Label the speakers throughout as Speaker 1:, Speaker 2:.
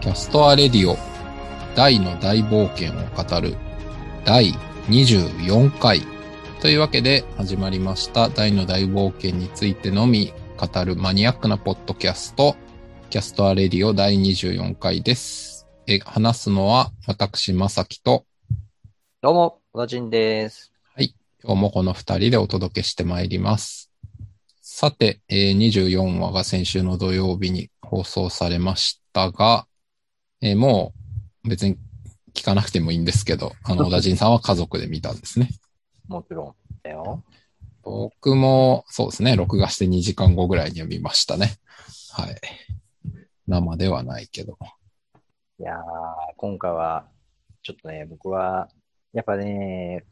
Speaker 1: キャストアレディオ大の大冒険を語る第24回というわけで始まりました大の大冒険についてのみ語るマニアックなポッドキャストキャストアレディオ第24回です。え、話すのは私、まさきと
Speaker 2: どうも、小田陣です。
Speaker 1: 今日もこの二人でお届けしてまいります。さて、えー24話が先週の土曜日に放送されましたが、えーもう別に聞かなくてもいいんですけど、あの、小田人さんは家族で見たんですね。
Speaker 2: もちろんだよ。
Speaker 1: 僕も、そうですね、録画して2時間後ぐらいには見ましたね。はい。生ではないけど。
Speaker 2: いやー、今回は、ちょっとね、僕は、やっぱね、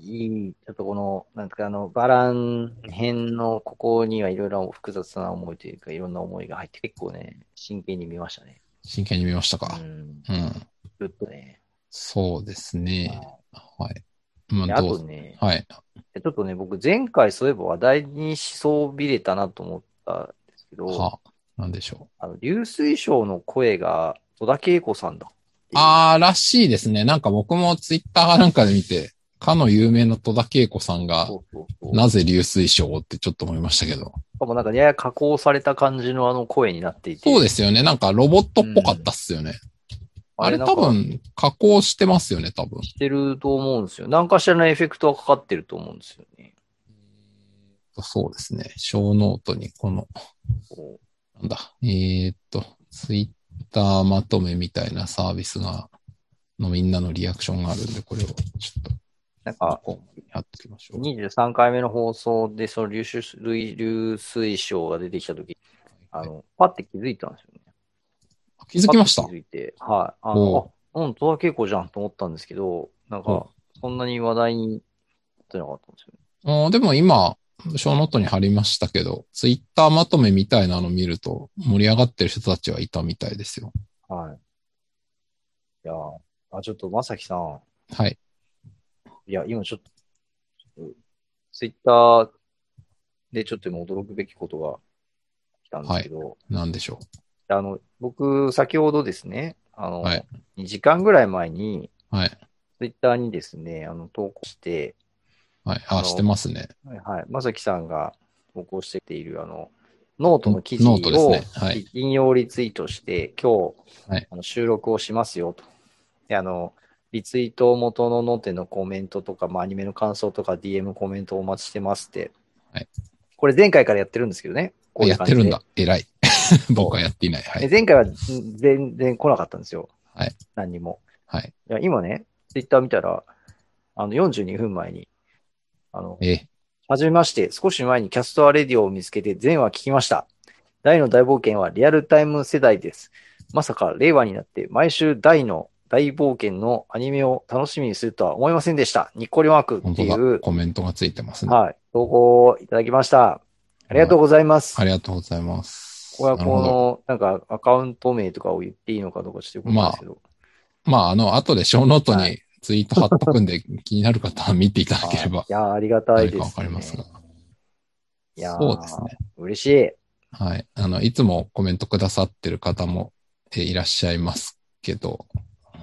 Speaker 2: いい、ちょっとこの、なんていうか、あの、バラン編のここにはいろいろ複雑な思いというか、いろんな思いが入って、結構ね、真剣に見ましたね。
Speaker 1: 真剣に見ましたか
Speaker 2: う。ん、
Speaker 1: うん。
Speaker 2: ずっとね。
Speaker 1: そうですね。はい。ま
Speaker 2: で
Speaker 1: あ、
Speaker 2: あ
Speaker 1: ど
Speaker 2: と
Speaker 1: う
Speaker 2: ね、
Speaker 1: はい。
Speaker 2: ちょっとね、僕、前回そういえば話題にしそびれたなと思ったんですけど、
Speaker 1: は、なんでしょう。
Speaker 2: あの流水賞の声が戸田恵子さんだっていう。
Speaker 1: あー、らしいですね。なんか僕もツイッターかなんかで見て、かの有名な戸田恵子さんが
Speaker 2: そ、うそうそう
Speaker 1: なぜ流水賞をってちょっと思いましたけど。
Speaker 2: しかもなんかやや加工された感じのあの声になっていて。。
Speaker 1: そうですすよね。なんかロボットっぽかったっすよね。あれ多。分、加工してますよね、多分。
Speaker 2: してると思うんですよ。なんかしらのエフェクトがかかってると思うんですよね。
Speaker 1: そうですね。小ノートにこの、
Speaker 2: こ
Speaker 1: なんだ、えー、っと、ツイッターまとめみたいなサービスが、のみんなのリアクションがあるんで、これをちょっと、
Speaker 2: うなんか、
Speaker 1: ここに貼っておきましょう。
Speaker 2: 23回目の放送で、その流水流水賞が出てきたとき、あの、パッて気づいたんですよね。
Speaker 1: 気づきました
Speaker 2: パッ。て気づいて、はい。あ
Speaker 1: お
Speaker 2: の、あうん、戸田恵子じゃんと思ったんですけど、なん
Speaker 1: うん
Speaker 2: か、そんなに話題になってなかったんですよね。
Speaker 1: あーでも今、小ノートに貼りましたけど、ツイッターまとめみたいなの見ると、盛り上がってる人たちはいたみたいですよ。
Speaker 2: はい。いやーあ、ちょっとまさきさん、
Speaker 1: はい。
Speaker 2: いや、今ちょっと、ツイッターでちょっと今驚くべきことが来たんですけど、
Speaker 1: なんでしょ
Speaker 2: あの、僕、先ほどですね、あの、
Speaker 1: はい
Speaker 2: 2時間ぐらい前に、
Speaker 1: う。はい。
Speaker 2: ツイッターにですね、あの、投稿して、
Speaker 1: はい。
Speaker 2: あ
Speaker 1: あ、
Speaker 2: の
Speaker 1: してますね。
Speaker 2: はい、はい、まさきさんが投稿している、あの、ノートの記事
Speaker 1: ノートです
Speaker 2: を
Speaker 1: ね。はい。
Speaker 2: 引用リツイートして、今日、
Speaker 1: はい
Speaker 2: あの収録をしますよと。で、あの、リツイート元のノテのコメントとか、まあ、アニメの感想とか、DM コメントお待ちしてますって。
Speaker 1: はい
Speaker 2: これ前回からやってるんですけどね。こうい
Speaker 1: や
Speaker 2: う
Speaker 1: っ
Speaker 2: 感
Speaker 1: て
Speaker 2: じで
Speaker 1: るんだ。偉 い。僕はやっていない。は
Speaker 2: で
Speaker 1: い。
Speaker 2: 前回はん全然来なかったんですよ。
Speaker 1: はい
Speaker 2: 何にも。
Speaker 1: はい。
Speaker 2: いや、今ね、ツイッター見たら、あの、42分前に、あの、
Speaker 1: え、
Speaker 2: はじめまして、少し前にキャストアレディオを見つけて全話聞きました。大の大冒険はリアルタイム世代です。まさか令和になって毎週大の大冒険のアニメを楽しみにするとは思いませんでした。にっこりマークっ
Speaker 1: 本
Speaker 2: て
Speaker 1: 当
Speaker 2: い
Speaker 1: だ。
Speaker 2: う、
Speaker 1: コメントがついてますね。
Speaker 2: はい、投稿をいただきました。ありがとうございます。
Speaker 1: ありがとうございます。
Speaker 2: これは
Speaker 1: なるほど。
Speaker 2: この、なんかアカウント名とかを言っていいのかどうかちょっとよくわかんないですけど。
Speaker 1: まあ、あの、後で小ノート
Speaker 2: は
Speaker 1: にツイート貼っとくんで、気になる方は見ていただければ
Speaker 2: い、やー、ありがたい
Speaker 1: 何
Speaker 2: です、
Speaker 1: か
Speaker 2: ね。
Speaker 1: わかりますが。
Speaker 2: いやー
Speaker 1: そうですね。
Speaker 2: 嬉しい。
Speaker 1: はい。あの、いつもコメントくださってる方も、えーいらっしゃいますけど、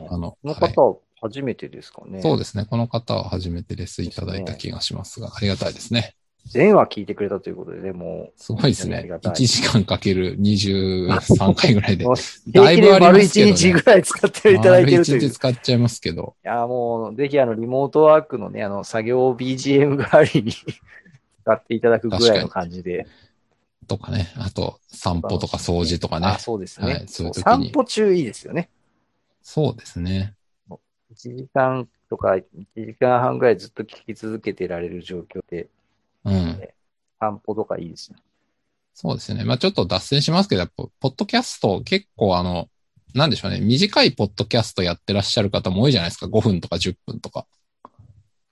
Speaker 1: あの、
Speaker 2: この
Speaker 1: はい
Speaker 2: 方、初めてですかね。
Speaker 1: そう
Speaker 2: で
Speaker 1: ですね。この方は初めてレスいただいた気がしますが、ありがたいですね。
Speaker 2: す。前話聞いてくれたということで、でも
Speaker 1: すごいです
Speaker 2: あ
Speaker 1: ね
Speaker 2: りが。たい
Speaker 1: 1時間かける23回ぐらいで
Speaker 2: も。う、
Speaker 1: だいぶありますけどね
Speaker 2: 平均で丸1日ぐらい使っていただいてるという。
Speaker 1: 丸一
Speaker 2: い
Speaker 1: 日使っちゃいますけど、
Speaker 2: やー、もう、ぜひ、あの、リモートワークのね、あの、作業 BGM 代わりに使っていただくぐらいの感じで。
Speaker 1: とかね。あと、散歩とか掃除とかね
Speaker 2: あ、。そうですね。
Speaker 1: はいそういう時に
Speaker 2: 散歩中いいですよね。
Speaker 1: そうですね。
Speaker 2: 1時間とか、1時間半ぐらいずっと聞き続けてられる状況で、
Speaker 1: うん。
Speaker 2: 散歩とかいいですよね。
Speaker 1: そうですね。まあちょっと脱線しますけど、やっぱ、ポッドキャスト結構あの、なんでしょうね。短いポッドキャストやってらっしゃる方も多いじゃないですか。5分とか10分とか。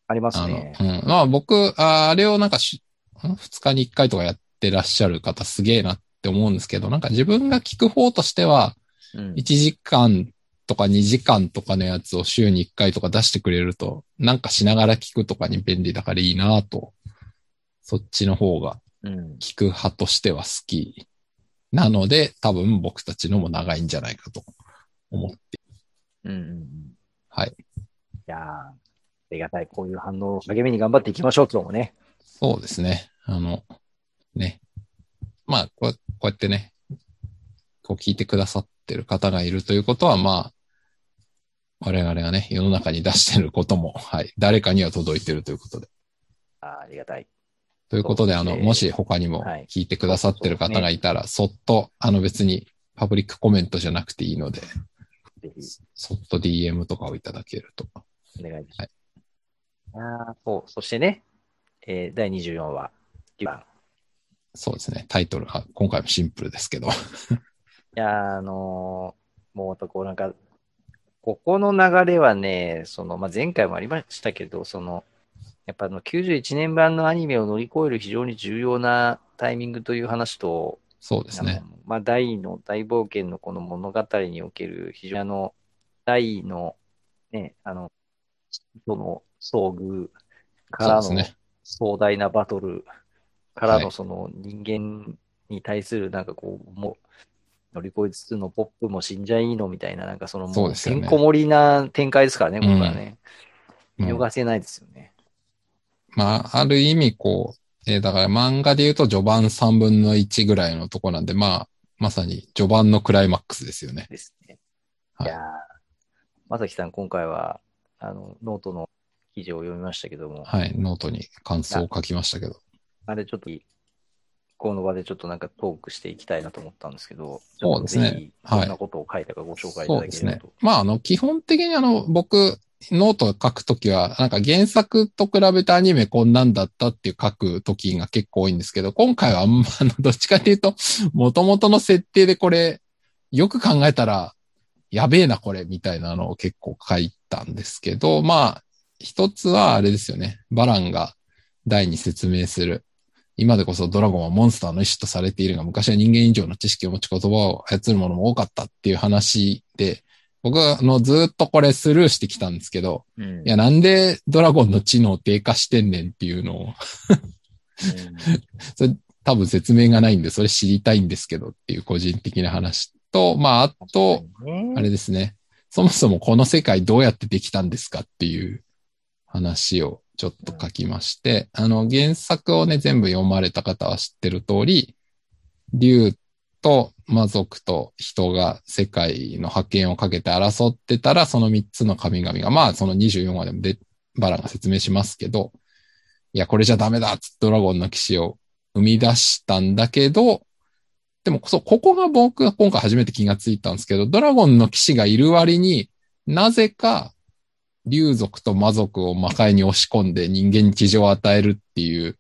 Speaker 2: あります
Speaker 1: あの、
Speaker 2: ね。
Speaker 1: うん。まあ僕、ああれをなんかし、2日に1回とかやってらっしゃる方すげえなって思うんですけど、なんか自分が聞く方としては、
Speaker 2: うん
Speaker 1: 1時間とか2時間とかのやつを週に1回とか出してくれると、なんかしながら聞くとかに便利だからいいなと、そっちの方が
Speaker 2: うん。
Speaker 1: 聞く派としては好き。なので、多分僕たちのも長いんじゃないかと思って、
Speaker 2: うんうんうん。
Speaker 1: はい。
Speaker 2: いやー、ありがたい。こういう反応を励みに頑張っていきましょう、今日もね。
Speaker 1: そうですね。あの、ね。まあ、こうこうやってね、こう聞いてくださってる方がいるということは、まあ、我々がね、世の中に出してることも、はい、誰かには届いてるということで。
Speaker 2: あーありがたい。
Speaker 1: ということで、
Speaker 2: そ
Speaker 1: あ
Speaker 2: うです
Speaker 1: の、
Speaker 2: ね
Speaker 1: もし他にも
Speaker 2: はい
Speaker 1: 聞いてくださってる方がいたら、そっと、あの別にパブリックコメントじゃなくていいので、
Speaker 2: ぜひ、
Speaker 1: そっと DM とかをいただけると。
Speaker 2: お願いします。ああ、そう。そしてね、えー第24話、リバン。
Speaker 1: そうですね。タイトルは今回もシンプルですけど。
Speaker 2: いやー、あのーもうとこうなんか、ここの流れはね、その、まあ、前回もありましたけど、その、やっぱあの91年版のアニメを乗り越える非常に重要なタイミングという話と、
Speaker 1: そうですね
Speaker 2: あ。のまあ、大の大冒険のこの物語における非常にあの、大の、ね、あの、その遭遇か
Speaker 1: そう
Speaker 2: ら
Speaker 1: で
Speaker 2: の
Speaker 1: すね。
Speaker 2: 壮大なバトルから
Speaker 1: は
Speaker 2: の
Speaker 1: い
Speaker 2: その人間に対するなんかこう、もう乗り越えつつのポップも死んじゃいいのみたいな、なんかその
Speaker 1: そ
Speaker 2: も
Speaker 1: う
Speaker 2: う
Speaker 1: ですよね
Speaker 2: てんこ盛りな展開ですからね、僕はね。
Speaker 1: うん
Speaker 2: 見逃せないですよね。
Speaker 1: まあ、ある意味、こう、えーだから漫画で言うと序盤3分の1ぐらいのとこなんで、まあ、まさに序盤のクライマックスですよね。
Speaker 2: ですね。
Speaker 1: はい
Speaker 2: い、やーまさきさん、今回は、あの、ノートの記事を読みましたけども、
Speaker 1: はい。ノートに感想を書きましたけど。
Speaker 2: あれちょっと、この場でちょっとなんかトークしていきたいなと思ったんですけど、
Speaker 1: そうですね
Speaker 2: ちょっとぜひ
Speaker 1: はい
Speaker 2: どんなことを書いたかご紹介いた
Speaker 1: そう
Speaker 2: だ
Speaker 1: で
Speaker 2: け
Speaker 1: す
Speaker 2: れば
Speaker 1: ね
Speaker 2: と。。
Speaker 1: まあ、あの、基本的にあの、僕、ノート書くときは、なんか原作と比べたアニメこんなんだったっていう書くときが結構多いんですけど、今回はあんま、あの、どっちかというと、元々の設定でこれ、よく考えたら、やべえな、これ、みたいなのを結構書いたんですけど、まあ、一つはあれですよね。バランが第に説明する。今でこそドラゴンはモンスターの一種とされているが、昔は人間以上の知識を持ち言葉を操る者も多かったっていう話で、僕はあのずーっとこれスルーしてきたんですけど、
Speaker 2: うん
Speaker 1: いや、なんでドラゴンの知能低下してんねんっていうのを、多分説明がないんで、それ知りたいんですけどっていう個人的な話と、まあ、あと、
Speaker 2: うん
Speaker 1: あれですね。そもそもこの世界どうやってできたんですかっていう話をちょっと書きまして、あの原作をね、全部読まれた方は知ってる通り、竜と魔族と人が世界の覇権をかけて争ってたら、その3つの神々が、まあその24話でもでバランが説明しますけど、いや、これじゃダメだっつってドラゴンの騎士を生み出したんだけど、でも、そう、ここが僕が今回初めて気がついたんですけど、ドラゴンの騎士がいる割になぜか、竜族と魔族を魔界に押し込んで人間に地上を与えるっていう、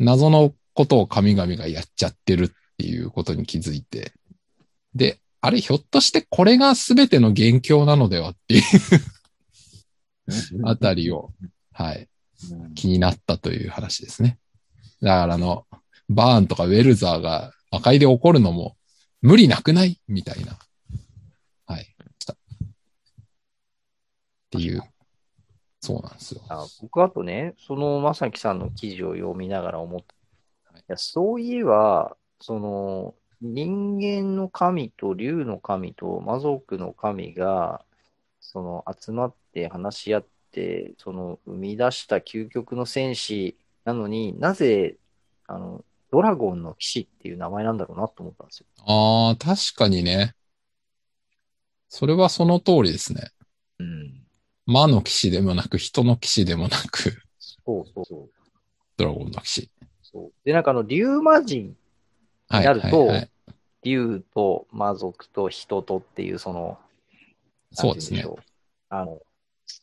Speaker 1: 謎のことを神々がやっちゃってるっていうことに気づいて。で、あれ、ひょっとしてこれが全ての元凶なのではっていうあたりを、はい、
Speaker 2: うん
Speaker 1: 気になったという話ですね。だからあの、バーンとかウェルザーが魔界で起こるのも無理なくないみたいな。はい。したっていう。そうなんですよ。
Speaker 2: あ僕あとね、そのまさきさんの記事を読みながら思った。いやそういえば、その、人間の神と竜の神と魔族の神が、その、集まって話し合って、その、生み出した究極の戦士なのになぜ、あの、ドラゴンの騎士っていう名前なんだろうなと思ったんですよ。
Speaker 1: ああ、確かにね。それはその通りですね。
Speaker 2: うん。
Speaker 1: 魔の騎士でもなく、人の騎士でもなく、
Speaker 2: そうそうそう。
Speaker 1: ドラゴンの騎士。
Speaker 2: そうで、なんかあの、竜魔人
Speaker 1: はい。
Speaker 2: なると
Speaker 1: はいはい、
Speaker 2: 竜と魔族と人とっていう、その、
Speaker 1: そうです
Speaker 2: なん
Speaker 1: ね
Speaker 2: て。言んしょう。あの、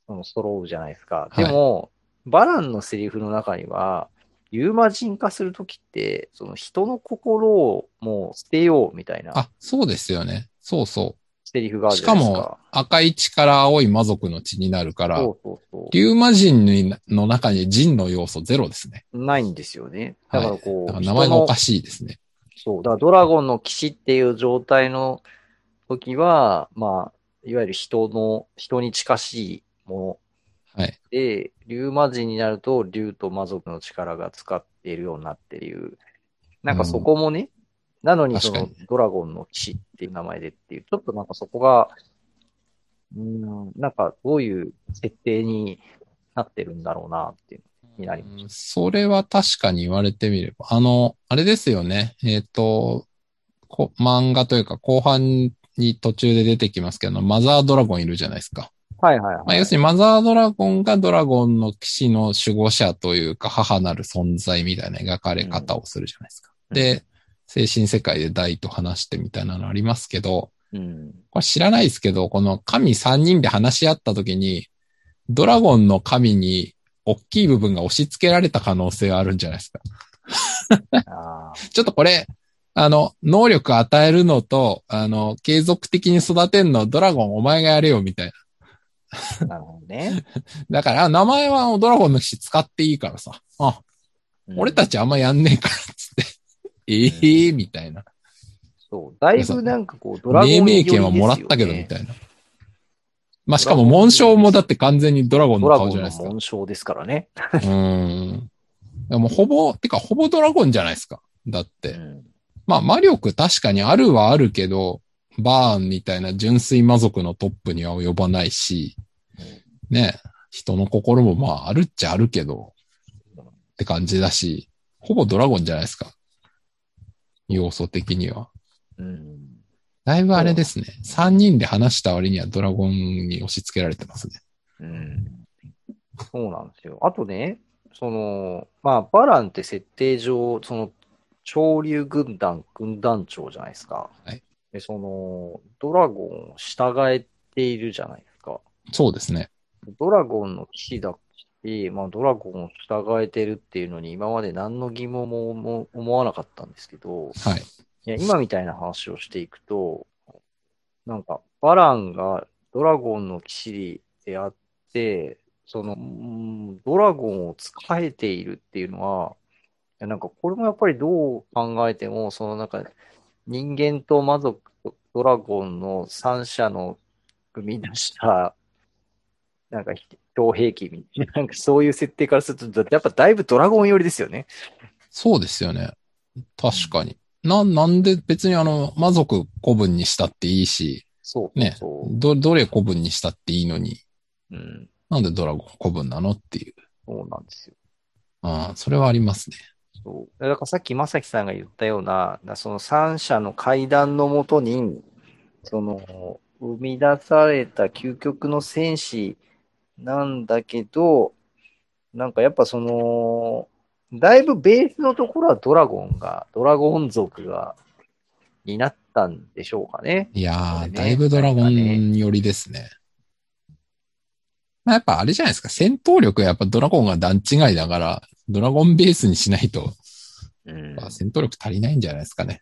Speaker 2: その揃うじゃないですか。
Speaker 1: はい
Speaker 2: でも、バランのセリフの中には、ユーマ人化するときって、その人の心をもう捨てようみたいな
Speaker 1: あ、そうですよね。そうそう。
Speaker 2: セリフがある
Speaker 1: し
Speaker 2: じゃ
Speaker 1: か
Speaker 2: ないですか。
Speaker 1: も、赤い血から青い魔族の血になるから、
Speaker 2: そうそうそう。
Speaker 1: 竜魔人にの中に人の要素ゼロですね。
Speaker 2: ないんですよね。だからこ
Speaker 1: だから
Speaker 2: う、
Speaker 1: 名
Speaker 2: 人
Speaker 1: 前がお
Speaker 2: の
Speaker 1: かしいですね。
Speaker 2: そう。だからドラゴンの騎士っていう状態の時は、まあ、いわゆる人の、人に近しいも
Speaker 1: はい。
Speaker 2: ので、竜魔人になると竜と魔族の力が使っているようになっている。なんかそこもね、なのにその
Speaker 1: 確
Speaker 2: ドラゴンの騎士っていう名前でっていう、ちょっとなんかそこがうん、なんかどういう設定になってるんだろうなっていうのが気になります。
Speaker 1: うんそれは確かに言われてみれば。あの、あれですよね。えっ、と、こ漫画というか後半に途中で出てきますけど、マザードラゴンいるじゃないですか。
Speaker 2: はいはいはい。
Speaker 1: まあ、要するにマザードラゴンがドラゴンの騎士の守護者というか母なる存在みたいな描かれ方をするじゃないですか。
Speaker 2: うん
Speaker 1: で、精神世界で大と話してみたいなのありますけど、
Speaker 2: うん。
Speaker 1: これ知らないですけど、この神3人で話し合った時に、ドラゴンの神に大きい部分が押し付けられた可能性があるんじゃないですか。
Speaker 2: あ
Speaker 1: ちょっとこれ、あの、能力与えるのと、あの、継続的に育てんの、ドラゴンお前がやれよ、みたいな。
Speaker 2: あ、なるほど ね。
Speaker 1: だから、あ名前はドラゴンの騎士使っていいからさ。あ、
Speaker 2: うん
Speaker 1: 俺たちあんまやんねえから、つって。ええみたいな。
Speaker 2: そう。だいぶなんかこう、ドラゴン
Speaker 1: 命
Speaker 2: 寄り
Speaker 1: 名
Speaker 2: ですよ
Speaker 1: 権
Speaker 2: ね
Speaker 1: はもらったけど、みたいな。まあ、しかも紋章もだって完全にドラゴンの
Speaker 2: ドラ
Speaker 1: 顔
Speaker 2: ゴ
Speaker 1: じ
Speaker 2: ン
Speaker 1: ゃないで
Speaker 2: の
Speaker 1: すか。
Speaker 2: 紋章ですからね。
Speaker 1: うーん。でもほぼ、てかほぼドラゴンじゃないですか。だっ
Speaker 2: う
Speaker 1: て。
Speaker 2: ん
Speaker 1: まあ魔力確かにあるはあるけど、バーンみたいな純粋魔族のトップには及ばないし、ね、人の心もまああるっちゃあるけど、って感じだし、ほぼドラゴンじゃないですか。要素的には。
Speaker 2: うん。
Speaker 1: だいぶあれですね。3人で話した割にはドラゴンに押し付けられてますね。
Speaker 2: うん。そうなんですよ。あとね、その、まあ、バランって設定上、その、潮流軍団、軍団長じゃないですか。
Speaker 1: はい
Speaker 2: で、その、ドラゴンを従えているじゃないですか。
Speaker 1: そうですね。
Speaker 2: ドラゴンの騎士だし、まあ、ドラゴンを従えてるっていうのに、今まで何の疑問も思思わなかったんですけど、
Speaker 1: はい。
Speaker 2: いや、今みたいな話をしていくと、なんか、バランがドラゴンの騎士であって、その、うんドラゴンを使えているっていうのは、いやなんか、これもやっぱりどう考えても、そのなんか、人間と魔族とドラゴンの三者の組み出した、なんか、強兵器みたいな、なんかそういう設定からすると、やっぱだいぶドラゴン寄りですよね。
Speaker 1: そうですよね。確かに。な、なんで別にあの、魔族古文にしたっていいし、
Speaker 2: そう
Speaker 1: ね
Speaker 2: そ
Speaker 1: ど、どれ古文にしたっていいのに、
Speaker 2: う。うん。
Speaker 1: なんでドラゴン古文なのっていう。
Speaker 2: そうなんですよ。
Speaker 1: ああ、それはありますね。
Speaker 2: そう。だからさっき正樹さんが言ったような、なその三者の会談のもとに、その、生み出された究極の戦士なんだけど、なんかやっぱその、だいぶベースのところはドラゴンが、ドラゴン族が、になったんでしょうかね。
Speaker 1: いや
Speaker 2: そ
Speaker 1: ー、
Speaker 2: うね
Speaker 1: だいぶドラゴン寄りですね。まあ、やっぱあれじゃないですか。戦闘力はやっぱドラゴンが段違いだから、ドラゴンベースにしないと、
Speaker 2: うん
Speaker 1: まあ戦闘力足りないんじゃないですかね。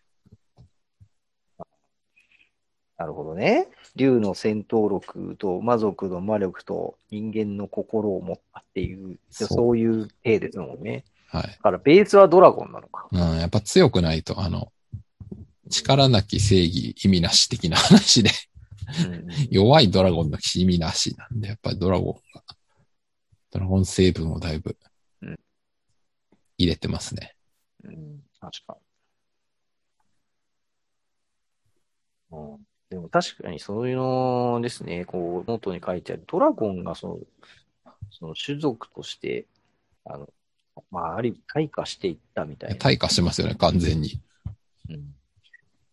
Speaker 2: なるほどね。竜の戦闘力と魔族の魔力と人間の心を持ったっていう、
Speaker 1: そう
Speaker 2: そういう体ですもんね。
Speaker 1: はい。
Speaker 2: だからベースはドラゴンなのか。
Speaker 1: うん、やっぱ強くないと、あの、力なき正義意味なし的な話で弱いドラゴンの意味なしなんで、やっぱりドラゴンが、ドラゴン成分をだいぶ
Speaker 2: うん、
Speaker 1: 入れてますね。
Speaker 2: うん、確かに。うん、でも確かにそういうのですね、こう、ノートに書いてある、ドラゴンがその、その種族として、あの、まあ、ある意味、退化していったみたいな。
Speaker 1: 退化してますよね、完全に。
Speaker 2: うん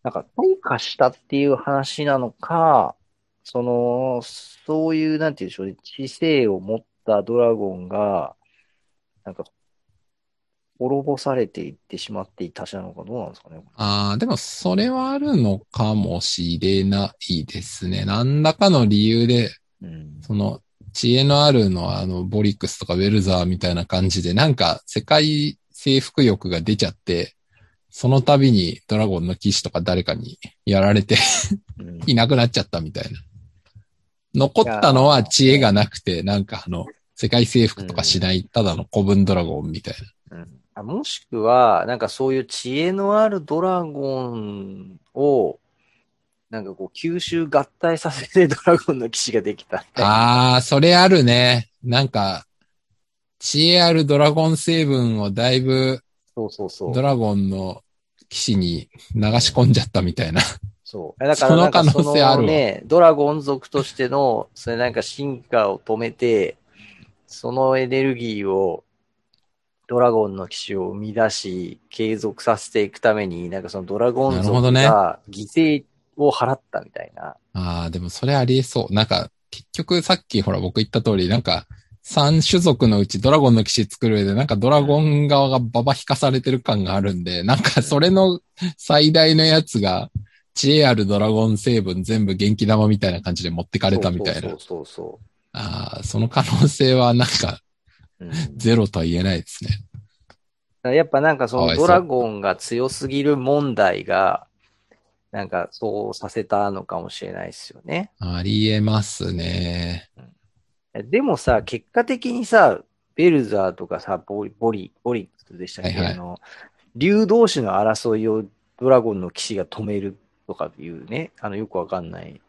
Speaker 2: なんか、退化したっていう話なのか、その、そういう、なんて言うんでしょうね、知性を持ったドラゴンが、なんか、滅ぼされていってしまっていたしなのか、どうなんですかね。
Speaker 1: ああ、でもそれはあるのかもしれないですね。何らかの理由で、
Speaker 2: うん。
Speaker 1: その、知恵のあるのは、あの、ボリックスとかウェルザーみたいな感じで、なんか、世界征服欲が出ちゃって、その度にドラゴンの騎士とか誰かにやられて、
Speaker 2: うん
Speaker 1: いなくなっちゃったみたいな。残ったのは知恵がなくて、なんかあの、世界征服とかしない、ただの古文ドラゴンみたいな。
Speaker 2: うんあもしくは、なんかそういう知恵のあるドラゴンを、なんかこう、吸収合体させてドラゴンの騎士ができたみたいな。
Speaker 1: ああ、それあるね。なんか、知恵あるドラゴン成分をだいぶ
Speaker 2: そうそうそう
Speaker 1: ド。ラゴンの騎士に流し込んじゃったみたいな。
Speaker 2: そう。だからなんか
Speaker 1: その可能性あるわ
Speaker 2: そのね、ドラゴン族としての、それなんか進化を止めて、そのエネルギーを、ドラゴンの騎士を生み出し、継続させていくために、なんかそのドラゴン
Speaker 1: なるほど
Speaker 2: 族
Speaker 1: ね
Speaker 2: が犠牲を払ったみたいな。
Speaker 1: ああ、でもそれありえそう。なんか、結局さっきほら僕言った通り、なんか、三種族のうちドラゴンの騎士作る上で、なんかドラゴン側がババ引かされてる感があるんで、なんかそれの最大のやつが、知恵あるドラゴン成分全部元気玉みたいな感じで持ってかれたみたいな。
Speaker 2: そうそうそ
Speaker 1: ああ、その可能性はなんか
Speaker 2: うそう。 うん
Speaker 1: ゼロとは言えないですね。
Speaker 2: やっぱなんかそ
Speaker 1: かわ
Speaker 2: の
Speaker 1: いそう
Speaker 2: ドラゴンが強すぎる問題が、なんかそうさせたのかもしれないですよね。
Speaker 1: ありえますね。
Speaker 2: でもさ、結果的にさ、ベルザーとかさ、ボリ、ボリ、ボリックでしたっけ、
Speaker 1: はいはい
Speaker 2: あの、竜同士の争いをドラゴンの騎士が止めるとかいうね、あの、よくわかんない。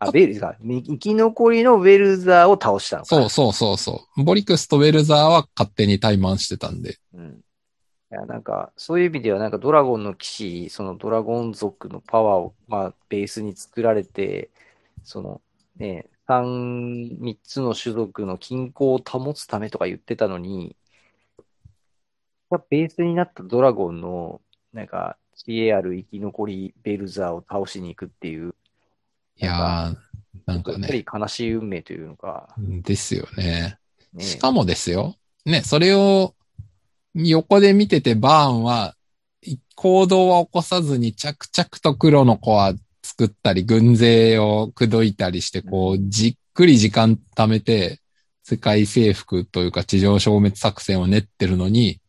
Speaker 2: あ、ベルザー、み生き残りのベルザーを倒したのか
Speaker 1: そう
Speaker 2: な。
Speaker 1: そうそうそう。ボリクスとウェルザーは勝手に怠慢してたんで。
Speaker 2: うん。いや、なんか、そういう意味では、なんかドラゴンの騎士、そのドラゴン族のパワーを、まあ、ベースに作られて、その、ね、三、三つの種族の均衡を保つためとか言ってたのに、がベースになったドラゴンの、なんか、知恵ある生き残りベルザーを倒しに行くっていう、
Speaker 1: いやー、なんか
Speaker 2: やっ
Speaker 1: ね
Speaker 2: ぱ。り悲しい運命というのか、
Speaker 1: ですよね。
Speaker 2: ね、
Speaker 1: しかもですよ。ね、それを横で見ててバーンは、い行動は起こさずに着々と黒の子は作ったり、軍勢を口説いたりして、こう、じっくり時間貯めて、世界征服というか地上消滅作戦を練ってるのに、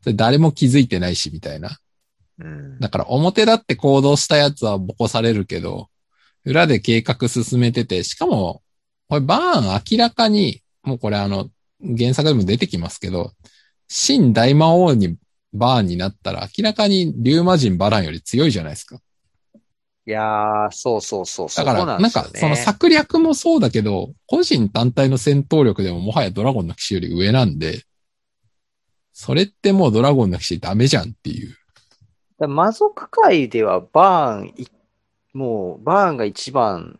Speaker 1: それ誰も気づいてないし、みたいな。
Speaker 2: うん。
Speaker 1: だから表だって行動したやつはボコされるけど、裏で計画進めてて、しかも、これバーン明らかに、もうこれあの、原作でも出てきますけど、新大魔王にバーンになったら明らかに竜魔人バランより強いじゃないですか。
Speaker 2: いやー、そうそうそう、
Speaker 1: だか
Speaker 2: そ
Speaker 1: ら、
Speaker 2: こな
Speaker 1: なんん
Speaker 2: ですよ
Speaker 1: か
Speaker 2: ね
Speaker 1: その策略もそうだけど、個人単体の戦闘力でももはやドラゴンの騎士より上なんで、それってもうドラゴンの騎士ダメじゃんっていう。
Speaker 2: だから魔族界ではバーンい、もうバーンが一番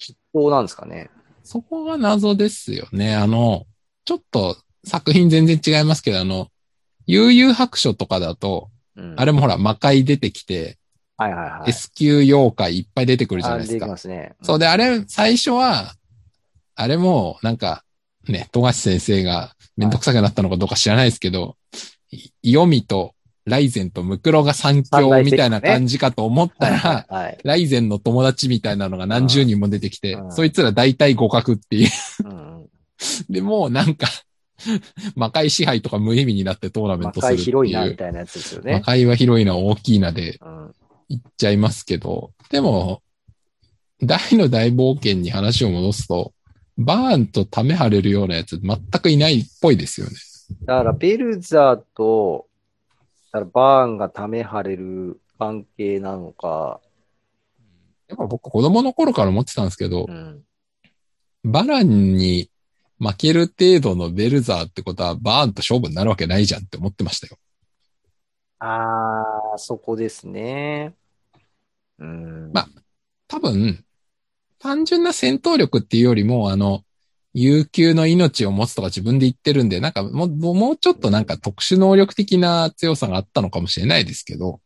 Speaker 2: 筆頭なんですかね。
Speaker 1: そこが謎ですよね。あの、ちょっと作品全然違いますけど、あの、悠々白書とかだと、
Speaker 2: うん、
Speaker 1: あれもほら魔界出てきて、
Speaker 2: はいはいはい。
Speaker 1: S 級妖怪いっぱい出てくるじゃ
Speaker 2: あ
Speaker 1: ない
Speaker 2: れ
Speaker 1: で
Speaker 2: ですき
Speaker 1: か。
Speaker 2: ますね。
Speaker 1: そうで、あれ、最初は、あれも、なんか、ね、富樫先生がめんどくさくなったのかどうか知らないですけど、いイオミとライゼンとムクロが三強みたいな感じかと思った
Speaker 2: はい
Speaker 1: ら、
Speaker 2: はいはい。
Speaker 1: ライゼンの友達みたいなのが何十人も出てきて
Speaker 2: う、ん
Speaker 1: そいつら大体互角っていう
Speaker 2: うんうん
Speaker 1: で、もうなんか、 魔界支配とか無意味になってトーナメン
Speaker 2: 魔
Speaker 1: トするっ
Speaker 2: 界
Speaker 1: ていう。
Speaker 2: 広いなみたいなやつですよ
Speaker 1: 魔
Speaker 2: ね。
Speaker 1: 界は広いな、大きいなで
Speaker 2: うん、
Speaker 1: 行っちゃいますけど、でも、大の大冒険に話を戻すと、バーンとため張れるようなやつ全くいないっぽいですよね。
Speaker 2: だから、ベルザーと、だからバーンがため張れる関係なのか、
Speaker 1: やっぱ僕子供の頃から思ってたんですけど
Speaker 2: う、ん、
Speaker 1: バランに負ける程度のベルザーってことはバーンと勝負になるわけないじゃんって思ってましたよ。
Speaker 2: あー、そこですね。うん、
Speaker 1: まあ多分、単純な戦闘力っていうよりも、あの、悠久の命を持つとか自分で言ってるんで、なんかもう、もうちょっとなんか特殊能力的な強さがあったのかもしれないですけど、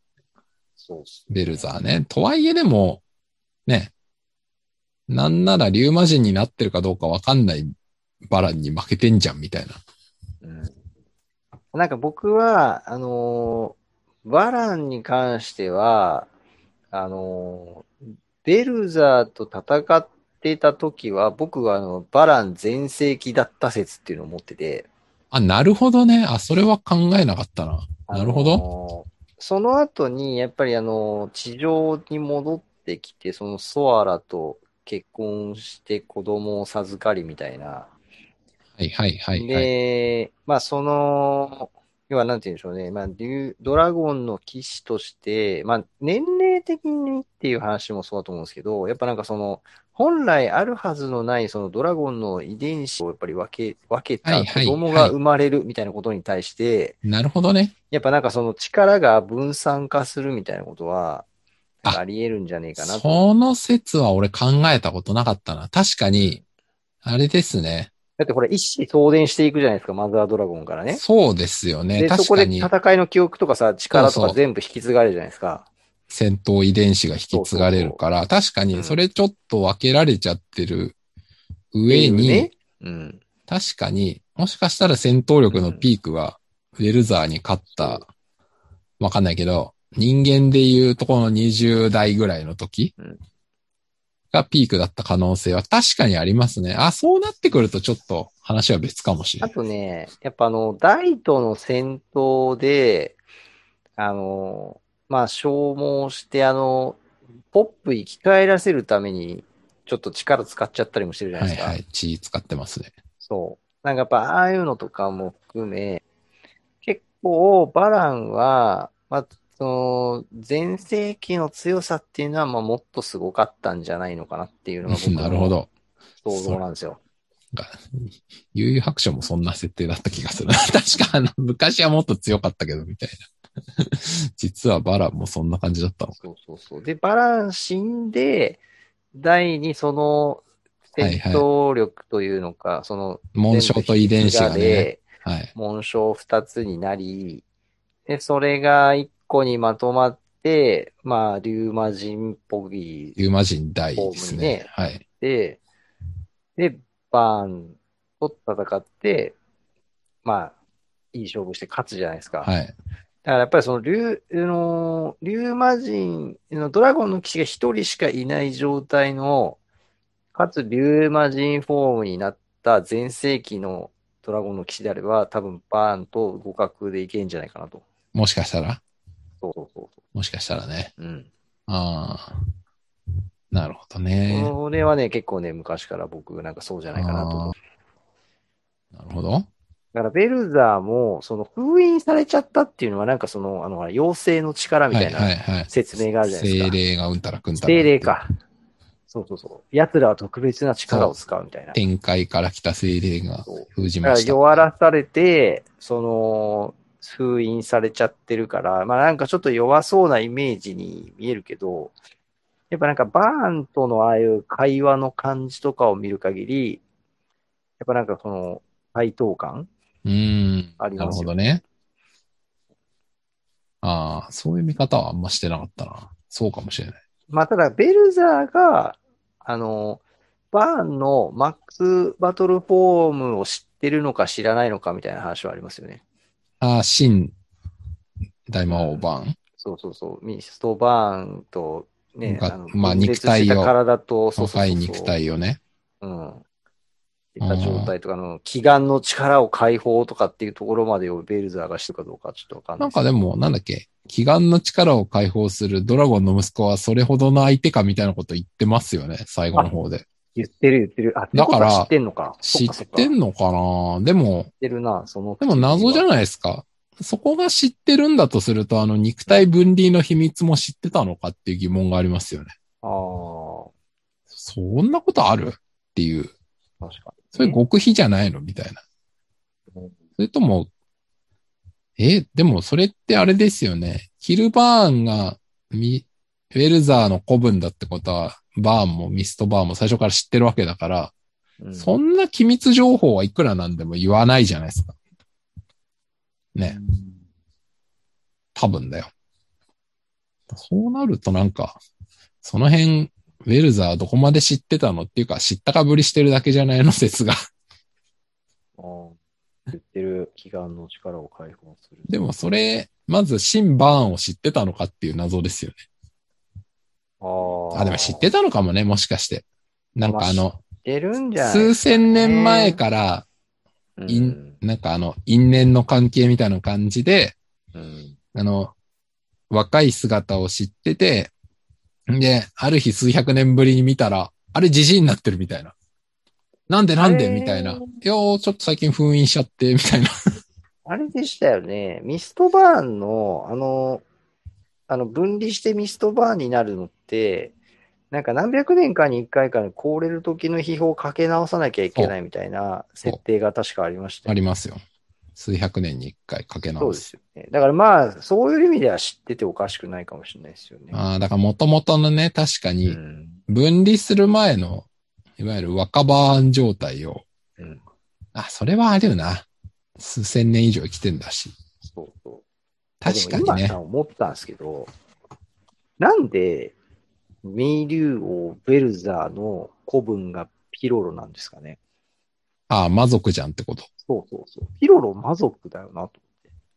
Speaker 2: そうっすね
Speaker 1: ベルザーね。とはいえでも、ね、なんなら竜魔人になってるかどうかわかんないバランに負けてんじゃんみたいな。
Speaker 2: うんなんか僕は、あのーバランに関しては、あのーベルザーと戦ってた時は、僕はあの、バラン全盛期だった説っていうのを持ってて、
Speaker 1: あ、なるほどね。あ、それは考えなかったな。なるほ
Speaker 2: あ
Speaker 1: ど。
Speaker 2: のーその後に、やっぱりあのー地上に戻ってきて、そのソアラと結婚して子供を授かりみたいな、
Speaker 1: はいはいはい、はい。
Speaker 2: で、まあその、要はなんて言うんでしょうね、まあ、竜ドラゴンの騎士として、まあ年齢的にっていう話もそうだと思うんですけど、やっぱなんかその、本来あるはずのないそのドラゴンの遺伝子をやっぱり分け、分け
Speaker 1: は
Speaker 2: た
Speaker 1: いは
Speaker 2: 子
Speaker 1: い
Speaker 2: 供
Speaker 1: は
Speaker 2: が
Speaker 1: い
Speaker 2: 生まれるみたいなことに対して、
Speaker 1: なるほどね。
Speaker 2: やっぱなんかその力が分散化するみたいなことは、あり得るんじゃねえかなと。
Speaker 1: その説は俺考えたことなかったな。確かに、あれですね。
Speaker 2: だってこれ一子相伝していくじゃないですか、マザードラゴンからね。
Speaker 1: そうですよね。
Speaker 2: で、そ
Speaker 1: 確
Speaker 2: こ
Speaker 1: か
Speaker 2: で
Speaker 1: に
Speaker 2: 戦いの記憶とかさ、力と
Speaker 1: そうそ
Speaker 2: か
Speaker 1: う
Speaker 2: 全部引き継がれるじゃないですか。
Speaker 1: 戦闘遺伝子が引き継がれるから、確か
Speaker 2: うん
Speaker 1: にそれちょっと分けられちゃってる上
Speaker 2: って
Speaker 1: に、
Speaker 2: いうね。うん。
Speaker 1: 確かに、もしかしたら戦闘力のピークがウェルザーに勝った、わかんないけど、人間でいうとこの20代ぐらいの時
Speaker 2: うん
Speaker 1: がピークだった可能性は確かにありますね。あ、そうなってくるとちょっと話は別かもしれ
Speaker 2: あ
Speaker 1: ない。
Speaker 2: とね、やっぱあの、大との戦闘で、あの、まあ、消耗して、あの、ポップ生き返らせるために、ちょっと力使っちゃったりもしてるじゃな
Speaker 1: はいい
Speaker 2: ですか。
Speaker 1: はい。血使ってますね。
Speaker 2: そう。なんかやっぱ、ああいうのとかも含め、結構、バランは、まあ、その、前世紀の強さっていうのは、まあ、もっとすごかったんじゃないのかなっていうのが 僕
Speaker 1: なるほ
Speaker 2: の
Speaker 1: ど。
Speaker 2: 想像なんですよ。
Speaker 1: なんか悠々白書もそんな設定だった気がするな。 確かあの、昔はもっと強かったけど、みたいな。実はバラもそんな感じだったの。
Speaker 2: そうそうそう。で、バラン死んで、第にその戦闘力というのか、その、
Speaker 1: 紋章と遺伝子がね。
Speaker 2: で、
Speaker 1: はい。
Speaker 2: 紋章二つになり、で、それが一個にまとまって、まあ、リュウマ人っぽい
Speaker 1: ユーマ人大ですね。
Speaker 2: ホ
Speaker 1: はい。
Speaker 2: で、で、バーンと戦って、まあ、いい勝負して勝つじゃないですか。
Speaker 1: はい。
Speaker 2: だからやっぱりその竜、あのー、竜魔人のドラゴンの騎士が一人しかいない状態の、かつ竜魔人フォームになった前世紀のドラゴンの騎士であれば、多分バーンと互角でいけんじゃないかなと。
Speaker 1: もしかしたら
Speaker 2: そうそうそうそ
Speaker 1: もしかしたらね。
Speaker 2: う。うん。
Speaker 1: ああ。なるほどね。
Speaker 2: これはね、結構ね、昔から僕なんかそうじゃないかなと思う。
Speaker 1: なるほど。
Speaker 2: だからベルザーも、その封印されちゃったっていうのは、なんかその、あの、妖精の力み
Speaker 1: は
Speaker 2: た
Speaker 1: い
Speaker 2: い
Speaker 1: は
Speaker 2: ない
Speaker 1: はい。
Speaker 2: 説明があるじゃないですか。
Speaker 1: 精霊がうんたらくんたら。
Speaker 2: 精霊。か。そうそうそう。奴らは特別な力を使うみたいな。
Speaker 1: 天界から来た精霊が
Speaker 2: そう
Speaker 1: 封じ
Speaker 2: だ
Speaker 1: ま
Speaker 2: から
Speaker 1: した。
Speaker 2: 弱らされて、その、封印されちゃってるから、まあなんかちょっと弱そうなイメージに見えるけど、やっぱなんかバーンとのああいう会話の感じとかを見る限り、やっぱなんかその、対等感
Speaker 1: うーん。
Speaker 2: ありま
Speaker 1: な
Speaker 2: すよ
Speaker 1: るほどね。ああ、そういう見方はあんましてなかったな。そうかもしれない。
Speaker 2: まあただ、ベルザーが、あの、バーンのマックスバトルフォームを知ってるのか知らないのかみたいな話はありますよね。
Speaker 1: ああ、新大魔王版。
Speaker 2: そうそうそう、ミストバーンと、ね、
Speaker 1: が
Speaker 2: の
Speaker 1: まあ
Speaker 2: 分裂し
Speaker 1: 肉
Speaker 2: て
Speaker 1: 体
Speaker 2: た
Speaker 1: を
Speaker 2: 体と、そうそうそう
Speaker 1: 若い
Speaker 2: そう
Speaker 1: 肉。体をね。
Speaker 2: うん。ってた状態とか、あの、祈願の力を解放とかっていうところまでをベルザーがしてるかどうかちょっとわかん
Speaker 1: な
Speaker 2: な
Speaker 1: いんかでも、なんだっけ、祈願の力を解放するドラゴンの息子はそれほどの相手かみたいなこと言ってますよね、最後の方で。
Speaker 2: 言ってる言ってる。あ、
Speaker 1: だから
Speaker 2: ってことは知ってんのか。
Speaker 1: 知
Speaker 2: そ
Speaker 1: っ
Speaker 2: かそ
Speaker 1: て
Speaker 2: か
Speaker 1: んのかなでも
Speaker 2: 知、ってるな、その。
Speaker 1: でも謎じゃ
Speaker 2: い
Speaker 1: ないですか。そこが知ってるんだとすると、あの肉体分離の秘密も知ってたのかっていう疑問がありますよね。
Speaker 2: ああ、
Speaker 1: そんなことあるっていう。
Speaker 2: 確かに。
Speaker 1: それ極秘じゃないのみたいな。
Speaker 2: うん
Speaker 1: それとも、え、でもそれってあれですよね。キルバーンがミ、ウェルザーの子分だってことは、バーンもミストバーンも最初から知ってるわけだから、
Speaker 2: うん
Speaker 1: そんな機密情報はいくらなんでも言わないじゃないですか。ね、多分だよ。そうなるとなんか、その辺、ウェルザーどこまで知ってたのっていうか、知ったかぶりしてるだけじゃないの説が。
Speaker 2: あー言ってる祈願の力を解放する。
Speaker 1: でもそれ、まずシン・バーンを知ってたのかっていう謎ですよね。
Speaker 2: も
Speaker 1: あ、でも知ってたのかもね、もしかして。なんかあの、
Speaker 2: てるんじゃない
Speaker 1: 数千年前から、
Speaker 2: ら
Speaker 1: いなんかあの、因縁の関係みたいな感じで、
Speaker 2: うん。
Speaker 1: あの、若い姿を知ってて、で、ある日数百年ぶりに見たら、あれじじいになってるみたいな。なんでなん
Speaker 2: へ
Speaker 1: で
Speaker 2: ー
Speaker 1: みたいな。いやー、ちょっと最近封印しちゃって、みたいな。
Speaker 2: あれでしたよね。ミストバーンの、あの、あの、分離してミストバーンになるのって、なんか何百年かに一回かに凍れる時の秘宝をかけ直さなきゃいけないみたいな設定が確かありました
Speaker 1: あ
Speaker 2: よ
Speaker 1: りますよ。数百年に一回かけ
Speaker 2: そ
Speaker 1: 直。
Speaker 2: うですすよね。だからまあ、そういう意味では知ってておかしくないかもしれないですよね。
Speaker 1: ああ、だから元々のね、確か
Speaker 2: う
Speaker 1: に、
Speaker 2: ん。
Speaker 1: 分離する前の、いわゆる若葉案状態を、
Speaker 2: うん。
Speaker 1: あ、それはあるよな。数千年以上生きてんだし。
Speaker 2: そうそう。
Speaker 1: 確か
Speaker 2: で
Speaker 1: に
Speaker 2: も今
Speaker 1: ね
Speaker 2: さ、。思ったんですけど、なんで、ミリュー王、ベルザーの古文がピロロなんですかね。
Speaker 1: ああ、魔族じゃんってこと。
Speaker 2: そうそうそう。ピロロ魔族だよなと。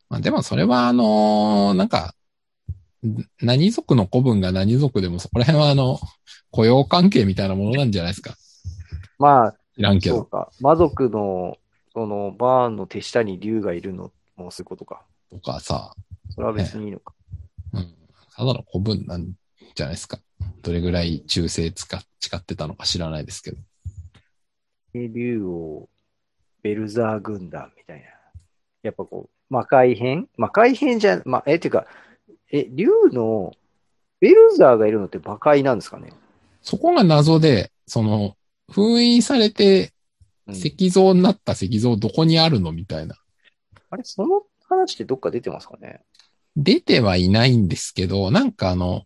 Speaker 1: まあ、でもそれは、あのーなんか、ん何族の古文が何族でもそこら辺はあの、雇用関係みたいなものなんじゃないですか。
Speaker 2: まあ、
Speaker 1: 知らんけ
Speaker 2: そう
Speaker 1: ど。
Speaker 2: か。魔族の、その、バーンの手下に竜がいるのもそういうことか。
Speaker 1: とかさ、
Speaker 2: それは別にいいのか。
Speaker 1: うん。ただの古文なんじゃないですか。どれぐらい忠誠使っ誓ってたのか知らないですけど。
Speaker 2: で竜王、ベルザー軍団みたいな。やっぱこう、魔界編魔界編じゃ、まあ、え、ていうか、え、竜の、ベルザーがいるのって魔界なんですかね、
Speaker 1: そこが謎で、その、封印されて
Speaker 2: うん
Speaker 1: 石像になった石像どこにあるのみたいな。
Speaker 2: あれ、その話ってどっか出てますかね
Speaker 1: 出てはいないんですけど、なんかあの、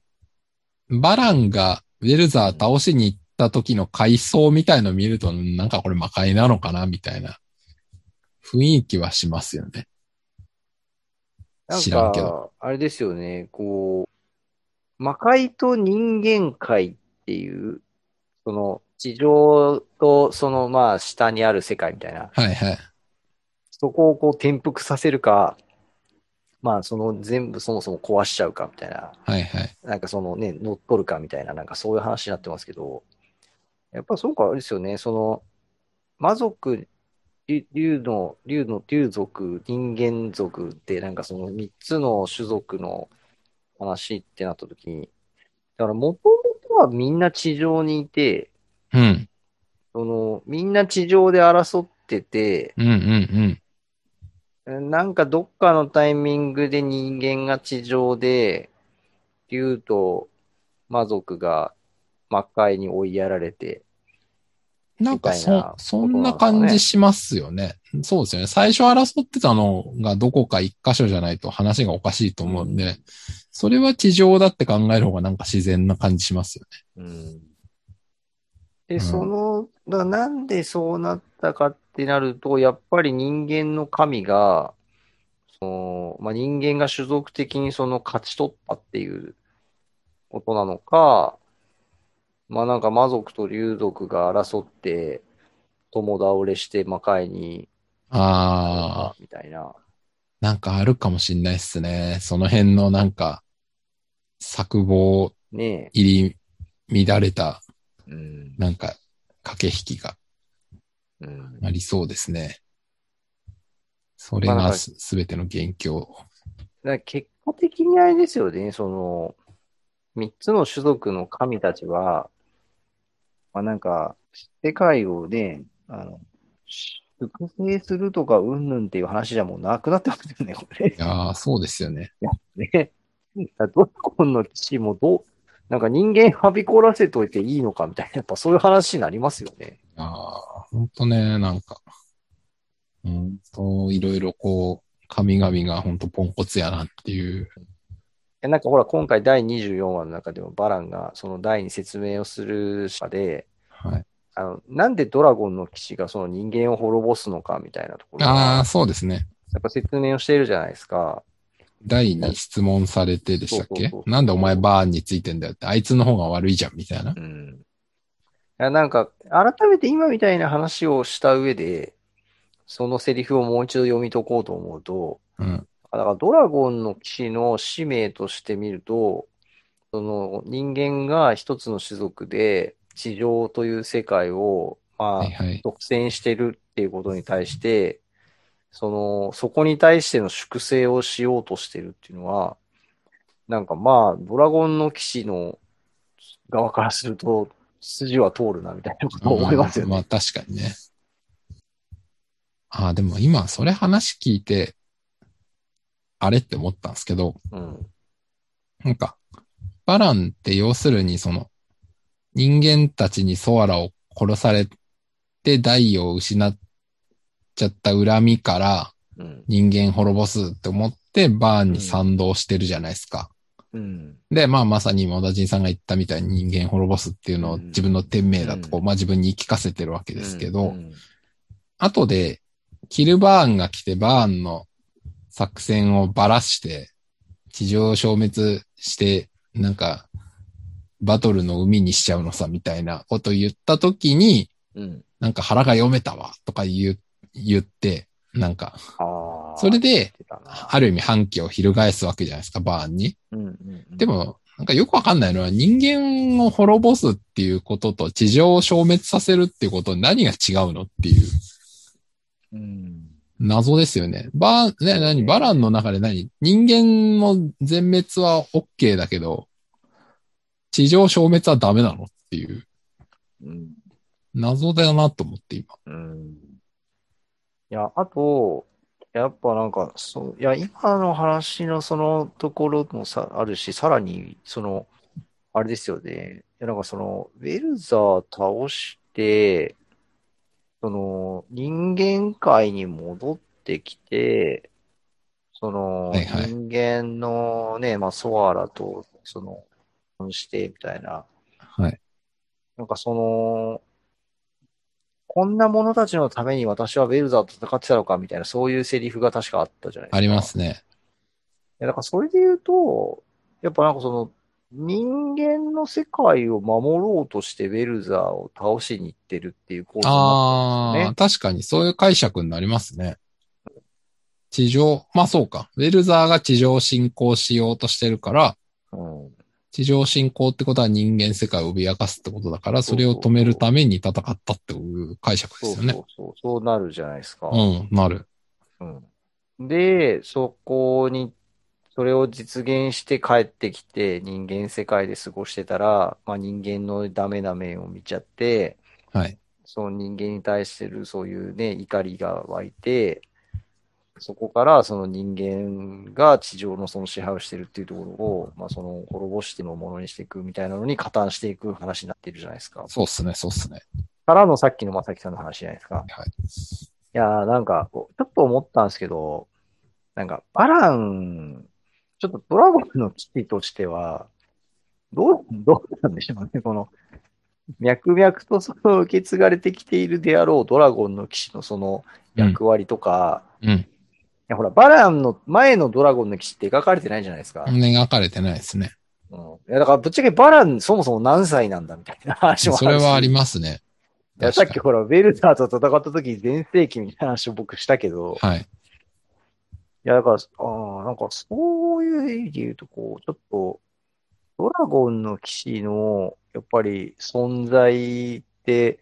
Speaker 1: バランがウェルザー倒しに行った時の回想みたいの見ると、なんかこれ魔界なのかなみたいな雰囲気はしますよね。
Speaker 2: なん
Speaker 1: 知らんけ
Speaker 2: か、あれですよね、こう、魔界と人間界っていう、その、地上と、その、まあ、下にある世界みたいな、
Speaker 1: はいはい。
Speaker 2: そこをこう転覆させるか、まあ、その全部そもそも壊しちゃうかみたいな、
Speaker 1: はいはい。
Speaker 2: なんかそのね、乗っ取るかみたいな、なんかそういう話になってますけど、やっぱそうか、あれですよね、その、魔族、竜竜の、竜の、竜族、人間族って、なんかその3つの種族の話ってなった時に、だから元々はみんな地上にいて、
Speaker 1: うん。
Speaker 2: その、みんな地上で争ってて、
Speaker 1: うんうんうん。
Speaker 2: なんかどっかのタイミングで人間が地上で、竜と魔族が魔界に追いやられて、
Speaker 1: なんか
Speaker 2: みたいな
Speaker 1: そそ
Speaker 2: こ、となんの
Speaker 1: な
Speaker 2: かね
Speaker 1: 感じしますよね。そうですよね。最初争ってたのがどこか一箇所じゃないと話がおかしいと思うんで、それは地上だって考える方がなんか自然な感じしますよね。
Speaker 2: うん、
Speaker 1: うん
Speaker 2: で、その、だなんでそうなったかってなると、やっぱり人間の神が、そのまあ、人間が種族的にその勝ち取ったっていうことなのか、まあなんか魔族と竜族が争って、共倒れして魔界に
Speaker 1: ああ。
Speaker 2: みたいな。
Speaker 1: なんかあるかもしんないっすね。その辺のなんか、作望
Speaker 2: ね
Speaker 1: 入り乱れた、
Speaker 2: え。うん。
Speaker 1: なんか、駆け引きが
Speaker 2: うん
Speaker 1: ありそうですね。それ
Speaker 2: まあなん
Speaker 1: が
Speaker 2: か
Speaker 1: すすべての元凶。
Speaker 2: だから結果的にあれですよね、その、三つの種族の神たちは、まあなんか、世界をね、あの、複製するとかうんぬんっていう話じゃもうなくなってますよね、これ
Speaker 1: い。やー、そうですよね。
Speaker 2: ね。だからドラゴンの騎士もどう、なんか人間はびこらせといていいのかみたいな、やっぱそういう話になりますよね。
Speaker 1: いやー、ほんとね、なんか、ほんと、いろいろこう、神々がほんとポンコツやなっていう。
Speaker 2: えなんかほら、今回第24話の中でもバランがその第に説明をする者で、
Speaker 1: はい。
Speaker 2: あの、なんでドラゴンの騎士がその人間を滅ぼすのかみたいなところ
Speaker 1: あ
Speaker 2: が
Speaker 1: あ、、そうですね。
Speaker 2: やっぱ説明をしているじゃないですか。
Speaker 1: 第に質問されてでしたっけ
Speaker 2: そうそうそう
Speaker 1: なんでお前バーンについてんだよって、あいつの方が悪いじゃん、みたいな
Speaker 2: う。ん。いやなんか、改めて今みたいな話をした上で、そのセリフをもう一度読み解こうと思うと、
Speaker 1: うん。
Speaker 2: だからドラゴンの騎士の使命として見ると、その人間が一つの種族で地上という世界を、まあ
Speaker 1: はい、はい。
Speaker 2: 独占してるっていうことに対して、その、そこに対しての粛清をしようとしてるっていうのは、なんかまあ、ドラゴンの騎士の側からすると、筋は通るなみたいなことを思いますよ
Speaker 1: ま
Speaker 2: ね。
Speaker 1: あ確かにね。ああ、でも今それ話聞いて、あれって思ったんですけど、
Speaker 2: うん。
Speaker 1: なんか、バランって要するにその、人間たちにソアラを殺されて、代を失っちゃった恨みから、
Speaker 2: うん。
Speaker 1: 人間滅ぼすって思って、バーンに賛同してるじゃないですか。
Speaker 2: うん。
Speaker 1: で、まあまさにモダジンさんが言ったみたいに人間滅ぼすっていうのを
Speaker 2: うん
Speaker 1: 自分の天命だとこう、
Speaker 2: うん
Speaker 1: まあ自分に言い聞かせてるわけですけど、
Speaker 2: うん
Speaker 1: 後で、キルバーンが来てバーンの作戦をばらして、地上を消滅して、なんか、バトルの海にしちゃうのさ、みたいなこと言った時に、
Speaker 2: うん。
Speaker 1: なんか腹が読めたわ、とか言う、言って、なんか、
Speaker 2: ああ。
Speaker 1: それで、あ
Speaker 2: る。
Speaker 1: る意味反旗を翻すわけじゃないですか、バーンに。
Speaker 2: うんうんうん、
Speaker 1: でも、なんかよくわかんないのは人間を滅ぼすっていうことと地上を消滅させるっていうことに何が違うのっていう
Speaker 2: うん、
Speaker 1: 謎ですよね。バー、ね、何バランの中で何人間の全滅は OK だけど、地上消滅はダメなのっていう
Speaker 2: うん。
Speaker 1: 謎だなと思って今。
Speaker 2: うん。いや、あと、やっぱなんか、そう、いや、今の話のそのところもさ、あるし、さらに、その、あれですよね。いや、なんかその、ウェルザー倒して、その、人間界に戻ってきて、その、
Speaker 1: はいはい
Speaker 2: 人間のね、まあ、ソアラと、その、して、みたいな、
Speaker 1: はい。
Speaker 2: なんかその、こんな者たちのために私はウェルザーと戦ってたのかみたいな、そういうセリフが確かあったじゃないですか。
Speaker 1: ありま。すね。
Speaker 2: いや、だからそれで言うと、やっぱなんかその、人間の世界を守ろうとしてウェルザーを倒しに行ってるっていう構図にな
Speaker 1: あ
Speaker 2: って
Speaker 1: あ、
Speaker 2: るんで
Speaker 1: 確かにそういう解釈になりますね。地上、まあそうか。ウェルザーが地上侵攻しようとしてるから、
Speaker 2: すよね。
Speaker 1: 地上侵攻ってことは人間世界を脅かすってことだから、それを止めるために戦ったっていう解釈で
Speaker 2: うん。
Speaker 1: す
Speaker 2: そ
Speaker 1: よね
Speaker 2: うそ。うそう、そうなるじゃないですか。
Speaker 1: うん、なる。
Speaker 2: うんで、そこに、それを実現して帰ってきて、人間世界で過ごしてたら、まあ、人間のダメな面を見ちゃって、
Speaker 1: はい。
Speaker 2: その人間に対してるそういうね、怒りが湧いて、そこからその人間が地上のその支配をしてるっていうところを、まあ、その滅ぼしてのものにしていくみたいなのに加担していく話になってるじゃないですか。
Speaker 1: そうっすね、そうっすね。
Speaker 2: からのさっきのまさきさんの話じゃないですか。
Speaker 1: はい。
Speaker 2: いやー、なんか、こうちょっと思ったんですけど、なんか、バラン、ちょっとドラゴンの基地としては、どう、どうなんでしょうね、この、脈々とその受け継がれてきているであろうドラゴンの騎士のその役割とか、
Speaker 1: うん。
Speaker 2: いやほら、バランの前のドラゴンの騎士って描かれてないじゃないですか。
Speaker 1: 描かれてないですね。
Speaker 2: うんいや、だからぶっちゃけバランそもそも何歳なんだみたいな話もあ
Speaker 1: それ
Speaker 2: るし
Speaker 1: はありますね。
Speaker 2: いや、さっき
Speaker 1: 確
Speaker 2: ほら、ウェルダーと戦った時全盛期みたいな話を僕したけど、
Speaker 1: かにはい。
Speaker 2: いや、だから、ああ、なんかそういう意味で言うと、こう、ちょっと、ドラゴンの騎士の、やっぱり存在って、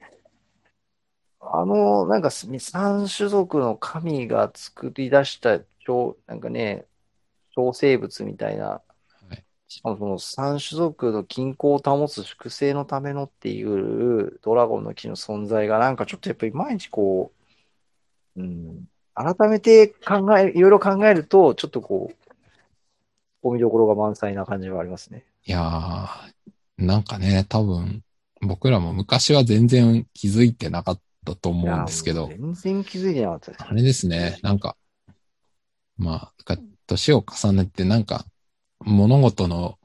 Speaker 2: あの、なんかす三種族の神が作り出した超、なんかね、超生物みたいな、
Speaker 1: はい
Speaker 2: しかもその三種族の均衡を保つ粛清のためのっていうドラゴンの騎士の存在が、なんかちょっとやっぱり毎日こう、うん、改めて考え、いろいろ考えると、ちょっとこう、込みどころが満載な感じはありますね。
Speaker 1: いやー、なんかね、多分、僕らも昔は全然気づいてなかったと思うんですけ
Speaker 2: い
Speaker 1: ど
Speaker 2: や、全然気づいてなかったです。
Speaker 1: あれですね、なんか、まあ、か年を重ねて、なんか、物事の、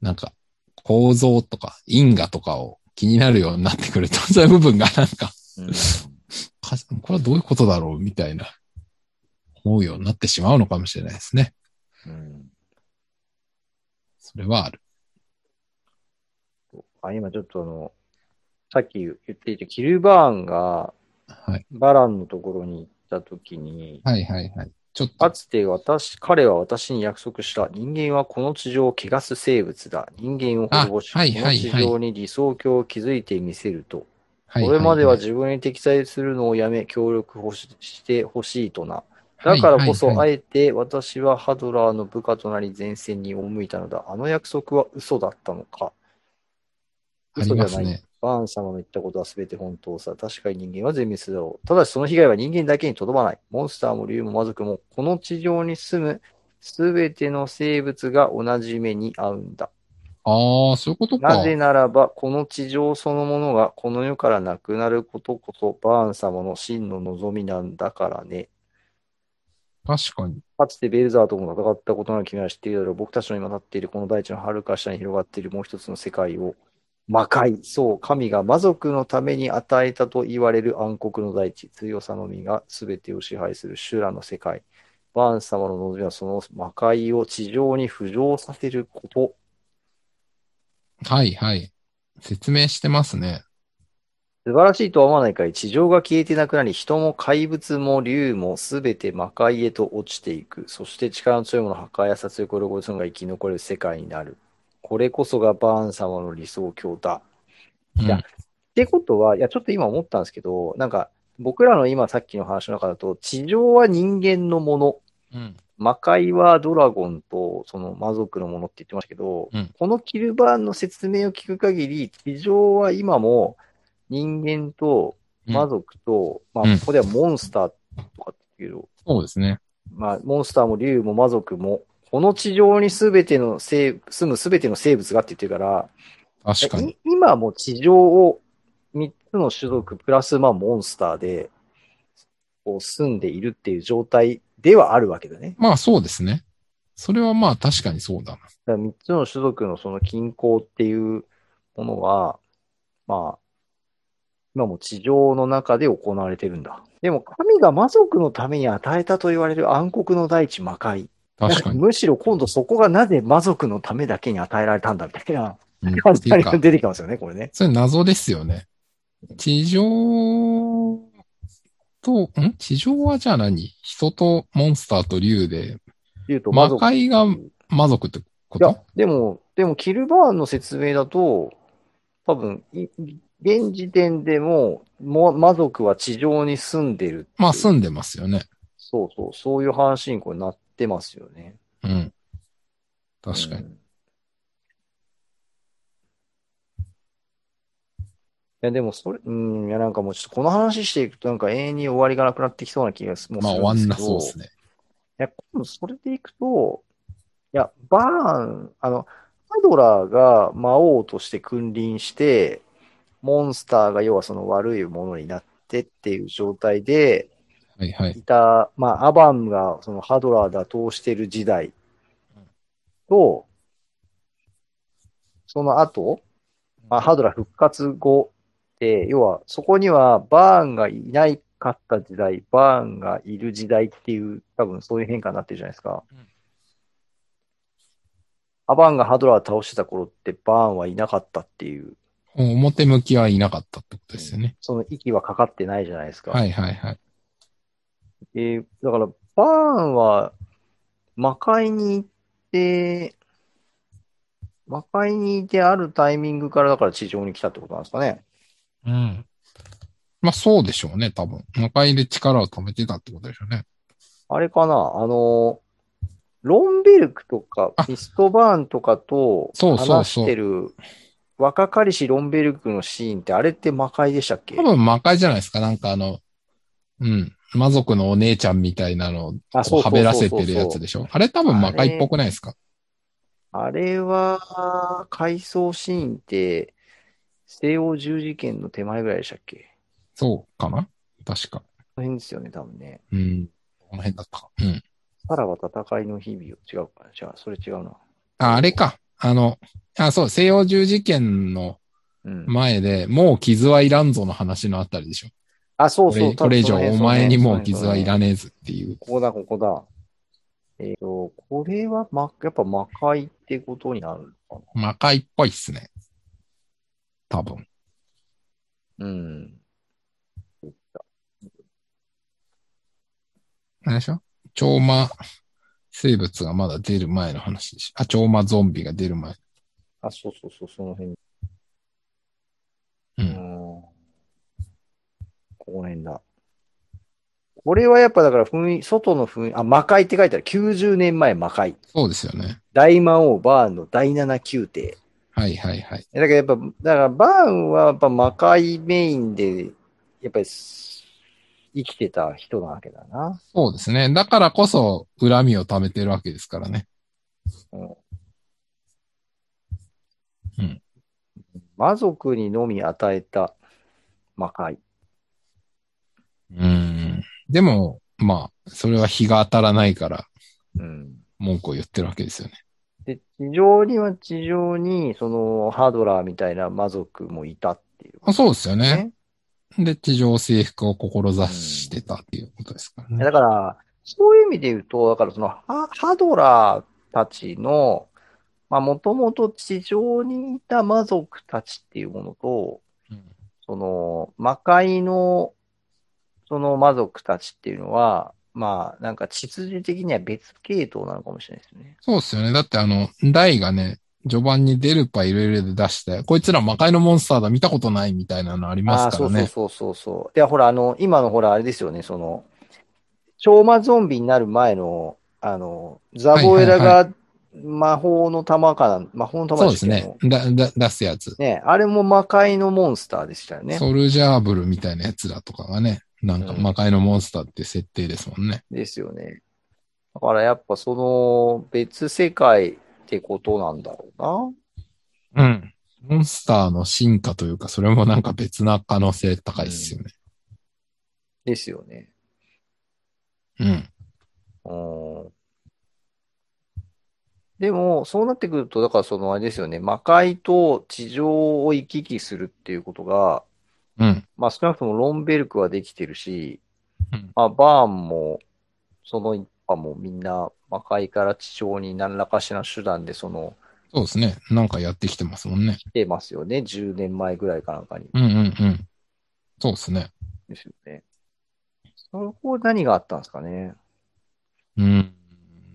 Speaker 1: なんか、構造とか、因果とかを気になるようになってくると、そういう部分がなんか、かこれはどういうことだろうみたいな、思うようになってしまうのかもしれないですね。
Speaker 2: うん。うん
Speaker 1: それはある。
Speaker 2: あ今ちょっとあの、さっき言っていたキルバーンが
Speaker 1: はい。
Speaker 2: バランのところに行ったときに、
Speaker 1: はいはいはい。ちょっと、
Speaker 2: かつて私、彼は私に約束した。人間はこの地上を汚す生物だ。人間を滅ぼし、
Speaker 1: あはい
Speaker 2: この地
Speaker 1: はいは
Speaker 2: 上に理想郷を築いてみせると。
Speaker 1: はいい
Speaker 2: こ
Speaker 1: い
Speaker 2: れまでは自分に適材するのをやめ、協力ほししてほしいとな。
Speaker 1: は
Speaker 2: だ
Speaker 1: い
Speaker 2: からこそ、
Speaker 1: はいはい
Speaker 2: あえて私はハドラーの部下となり前線に赴いたのだ。あの約束は嘘だったのか。
Speaker 1: あり
Speaker 2: 嘘じゃ
Speaker 1: ます
Speaker 2: ない。
Speaker 1: ね。
Speaker 2: バーン様の言ったことは全て本当さ。確かに人間は全滅だろう。ただしその被害は人間だけにとどまない。モンスターも竜も魔族も、この地上に住む全ての生物が同じ目に遭うんだ。
Speaker 1: ああ、そういうことか。
Speaker 2: なぜならば、この地上そのものがこの世からなくなることこそ、バーン様の真の望みなんだからね。
Speaker 1: 確かに。
Speaker 2: かつてベルザーとも戦ったことの君は知っているだろう。僕たちの今立っているこの大地の遥か下に広がっているもう一つの世界を魔界。そう、神が魔族のために与えたと言われる暗黒の大地。強さのみが全てを支配する修羅の世界。バーン様の望みはその魔界を地上に浮上させること。
Speaker 1: はいはい。説明してますね。
Speaker 2: 素晴らしいとは思わないかい地上が消えてなくなり、人も怪物も竜もすべて魔界へと落ちていく。そして力の強いもの破壊や殺戮を汚すのが生き残れる世界になる。これこそがバーン様の理想郷だ。
Speaker 1: うん
Speaker 2: いやってことは、いや、ちょっと今思ったんですけど、なんか、僕らの今さっきの話の中だと、地上は人間のもの、
Speaker 1: うん。
Speaker 2: 魔界はドラゴンとその魔族のものって言ってましたけど、
Speaker 1: うん
Speaker 2: このキルバーンの説明を聞く限り、地上は今も人間と魔族と、
Speaker 1: う
Speaker 2: まあ、
Speaker 1: ん
Speaker 2: ここではモンスターとかっていうけど、
Speaker 1: そうですね。
Speaker 2: まあ、モンスターも竜も魔族も、この地上にすべての生、住むすべての生物がって言ってるから、
Speaker 1: 確かに。
Speaker 2: い今も地上を3つの種族プラスまあモンスターで、こう住んでいるっていう状態ではあるわけだね。
Speaker 1: まあそうですね。それはまあ確かにそうだな。
Speaker 2: だ3つの種族のその均衡っていうものは、まあ、今も地上の中で行われてるんだ。でも神が魔族のために与えたと言われる暗黒の大地魔界。
Speaker 1: 確かに。
Speaker 2: むしろ今度そこがなぜ魔族のためだけに与えられたんだみたいな
Speaker 1: うん、
Speaker 2: 感
Speaker 1: って
Speaker 2: じ
Speaker 1: いうか
Speaker 2: が、出てきますよね、これね。
Speaker 1: それ謎ですよね。地上と、ん地上はじゃあ何人とモンスターと竜で、
Speaker 2: 言うと魔
Speaker 1: 魔
Speaker 2: 族
Speaker 1: 界が魔族ってこ
Speaker 2: いや
Speaker 1: と、
Speaker 2: でも、でも、キルバーンの説明だと、多分、い現時点でも、も魔族は地上に住んでるっていう。
Speaker 1: まあ住んでますよね。
Speaker 2: そうそう、そういう話にこれなってますよね。
Speaker 1: うん。確かに。
Speaker 2: うんいや、でも、それ、うん、いや、なんかもうちょっとこの話していくと、なんか永遠に終わりがなくなってきそうな気がすもうす
Speaker 1: まあ
Speaker 2: る
Speaker 1: 終わん
Speaker 2: んで
Speaker 1: な
Speaker 2: すけど。
Speaker 1: そうですね。
Speaker 2: いや、今度それでいくと、いや、バーン、あの、ハドラーが魔王として君臨して、モンスターが要はその悪いものになってっていう状態で
Speaker 1: はいはい。
Speaker 2: いた、まあ、アバンがそのハドラー打倒してる時代と、その後、まあ、ハドラー復活後で、要はそこにはバーンがいないかった時代、バーンがいる時代っていう、多分そういう変化になってるじゃないですか
Speaker 1: うん。
Speaker 2: アバンがハドラーを倒してた頃ってバーンはいなかったっていう、
Speaker 1: 表向きはいなかったってことですよね。
Speaker 2: その息はかかってないじゃないですか。
Speaker 1: はいはいはい。
Speaker 2: えーだから、バーンは、魔界に行って、魔界にいてあるタイミングから、だから地上に来たってことなんですかね。
Speaker 1: うん。まあそうでしょうね、多分。魔界で力を止めてたってことでしょうね。
Speaker 2: あれかな、あの、ロンベルクとか
Speaker 1: あ、
Speaker 2: ミストバーンとかと
Speaker 1: そうそうそう
Speaker 2: 話してる、若かりしロンベルクのシーンって、あれって魔界でしたっけ
Speaker 1: 多分魔界じゃないですか、なんかあの、うん。魔族のお姉ちゃんみたいなのを
Speaker 2: あ、
Speaker 1: こうはべらせてるや
Speaker 2: そうそうそうそ
Speaker 1: つ
Speaker 2: う
Speaker 1: でしょあれ多分魔界っぽくないですか
Speaker 2: あれは、回想シーンって、西欧十字剣の手前ぐらいでしたっけ
Speaker 1: そうかな確か。
Speaker 2: この辺ですよね、多分ね。
Speaker 1: うん。この辺だったか。うん。
Speaker 2: さらば戦いの日々を違うかな。じゃあ、それ違うな。
Speaker 1: あ、あれか。あの、あ、そう、西洋十字剣の
Speaker 2: うん。
Speaker 1: 前で、もう傷はいらんぞの話のあたりでしょ
Speaker 2: あ、そう
Speaker 1: こ
Speaker 2: そう。
Speaker 1: れ
Speaker 2: 多
Speaker 1: こ
Speaker 2: 分
Speaker 1: れ以
Speaker 2: そ
Speaker 1: 上
Speaker 2: の辺
Speaker 1: お前にもう
Speaker 2: その辺
Speaker 1: 傷はいら
Speaker 2: その辺
Speaker 1: ねえずっていう。
Speaker 2: ここだ、ここだ。えっ、と、これは、ま、やっぱ魔界ってことになるのか
Speaker 1: 魔界っぽいっすね。多分。
Speaker 2: な。うん。
Speaker 1: あれでしょ超魔生物がまだ出る前の話でしょ。あ、超魔ゾンビが出る前。
Speaker 2: あ、そうそうそう、その辺。
Speaker 1: う。
Speaker 2: うんん。この辺だ。これはやっぱだから雰囲、外の雰囲、あ、魔界って書いてある。90年前魔界。
Speaker 1: そうですよね。
Speaker 2: 大魔王バーンの第7宮廷。
Speaker 1: はいはいはい。
Speaker 2: だからやっぱ、だからバーンはやっぱ魔界メインで、やっぱりす生きてた人なわけだな。
Speaker 1: そうですね。だからこそ恨みを貯めてるわけですからね。
Speaker 2: 魔族にのみ与えた魔界。
Speaker 1: うーん。でも、まあ、それは日が当たらないから
Speaker 2: うん。
Speaker 1: 文句を言ってるわけですよね。
Speaker 2: で、地上には地上に、その、ハードラーみたいな魔族もいたっていう、
Speaker 1: あそうですよね。で、地上征服を志してたっていうことですからね。
Speaker 2: だから、そういう意味で言うと、だからそのハ、ハドラーたちの、まあ、もともと地上にいた魔族たちっていうものと、
Speaker 1: うん
Speaker 2: その、魔界の、その魔族たちっていうのは、まあ、なんか、秩序的には別系統なのかもしれないですね。
Speaker 1: そうですよね。だってあの、大がね、序盤にデルパいろいろで出して、こいつら魔界のモンスターだ、見たことないみたいなのあり
Speaker 2: あ
Speaker 1: ま
Speaker 2: あ、
Speaker 1: すか
Speaker 2: そ
Speaker 1: ら
Speaker 2: うそう
Speaker 1: ね。
Speaker 2: そうそうそう。で、ほら、あの、今のほら、あれですよね、その、超魔ゾンビになる前の、あの、ザボエラ
Speaker 1: はいは
Speaker 2: が魔法の玉かな、魔法
Speaker 1: そ
Speaker 2: の玉
Speaker 1: うで
Speaker 2: でした
Speaker 1: す
Speaker 2: っけ
Speaker 1: ね。だ、だ、出すやつ。
Speaker 2: ね、あれも魔界のモンスターでしたよね。
Speaker 1: ソルジャーブルみたいなやつだとかがね、なんか
Speaker 2: うん
Speaker 1: 魔界のモンスターって設定ですもんね。
Speaker 2: ですよね。だからやっぱその別世界ってことなんだろうな。
Speaker 1: うん。モンスターの進化というか、それもなんか別な可能性高いですよね。
Speaker 2: ですよね。
Speaker 1: うん。
Speaker 2: うん。でも、そうなってくると、だからそのあれですよね、魔界と地上を行き来するっていうことが、
Speaker 1: うん。
Speaker 2: まあ少なくともロンベルクはできてるし、
Speaker 1: うん
Speaker 2: まあバーンも、その一派もみんな魔界から地上に何らかしらの手段でその、
Speaker 1: そうですね。なんかやってきてますもんね。
Speaker 2: 来てますよね。10年前ぐらいかなんかに。
Speaker 1: うんうんうん。そうですね。
Speaker 2: ですよね。そこ何があったんですかね。
Speaker 1: うん。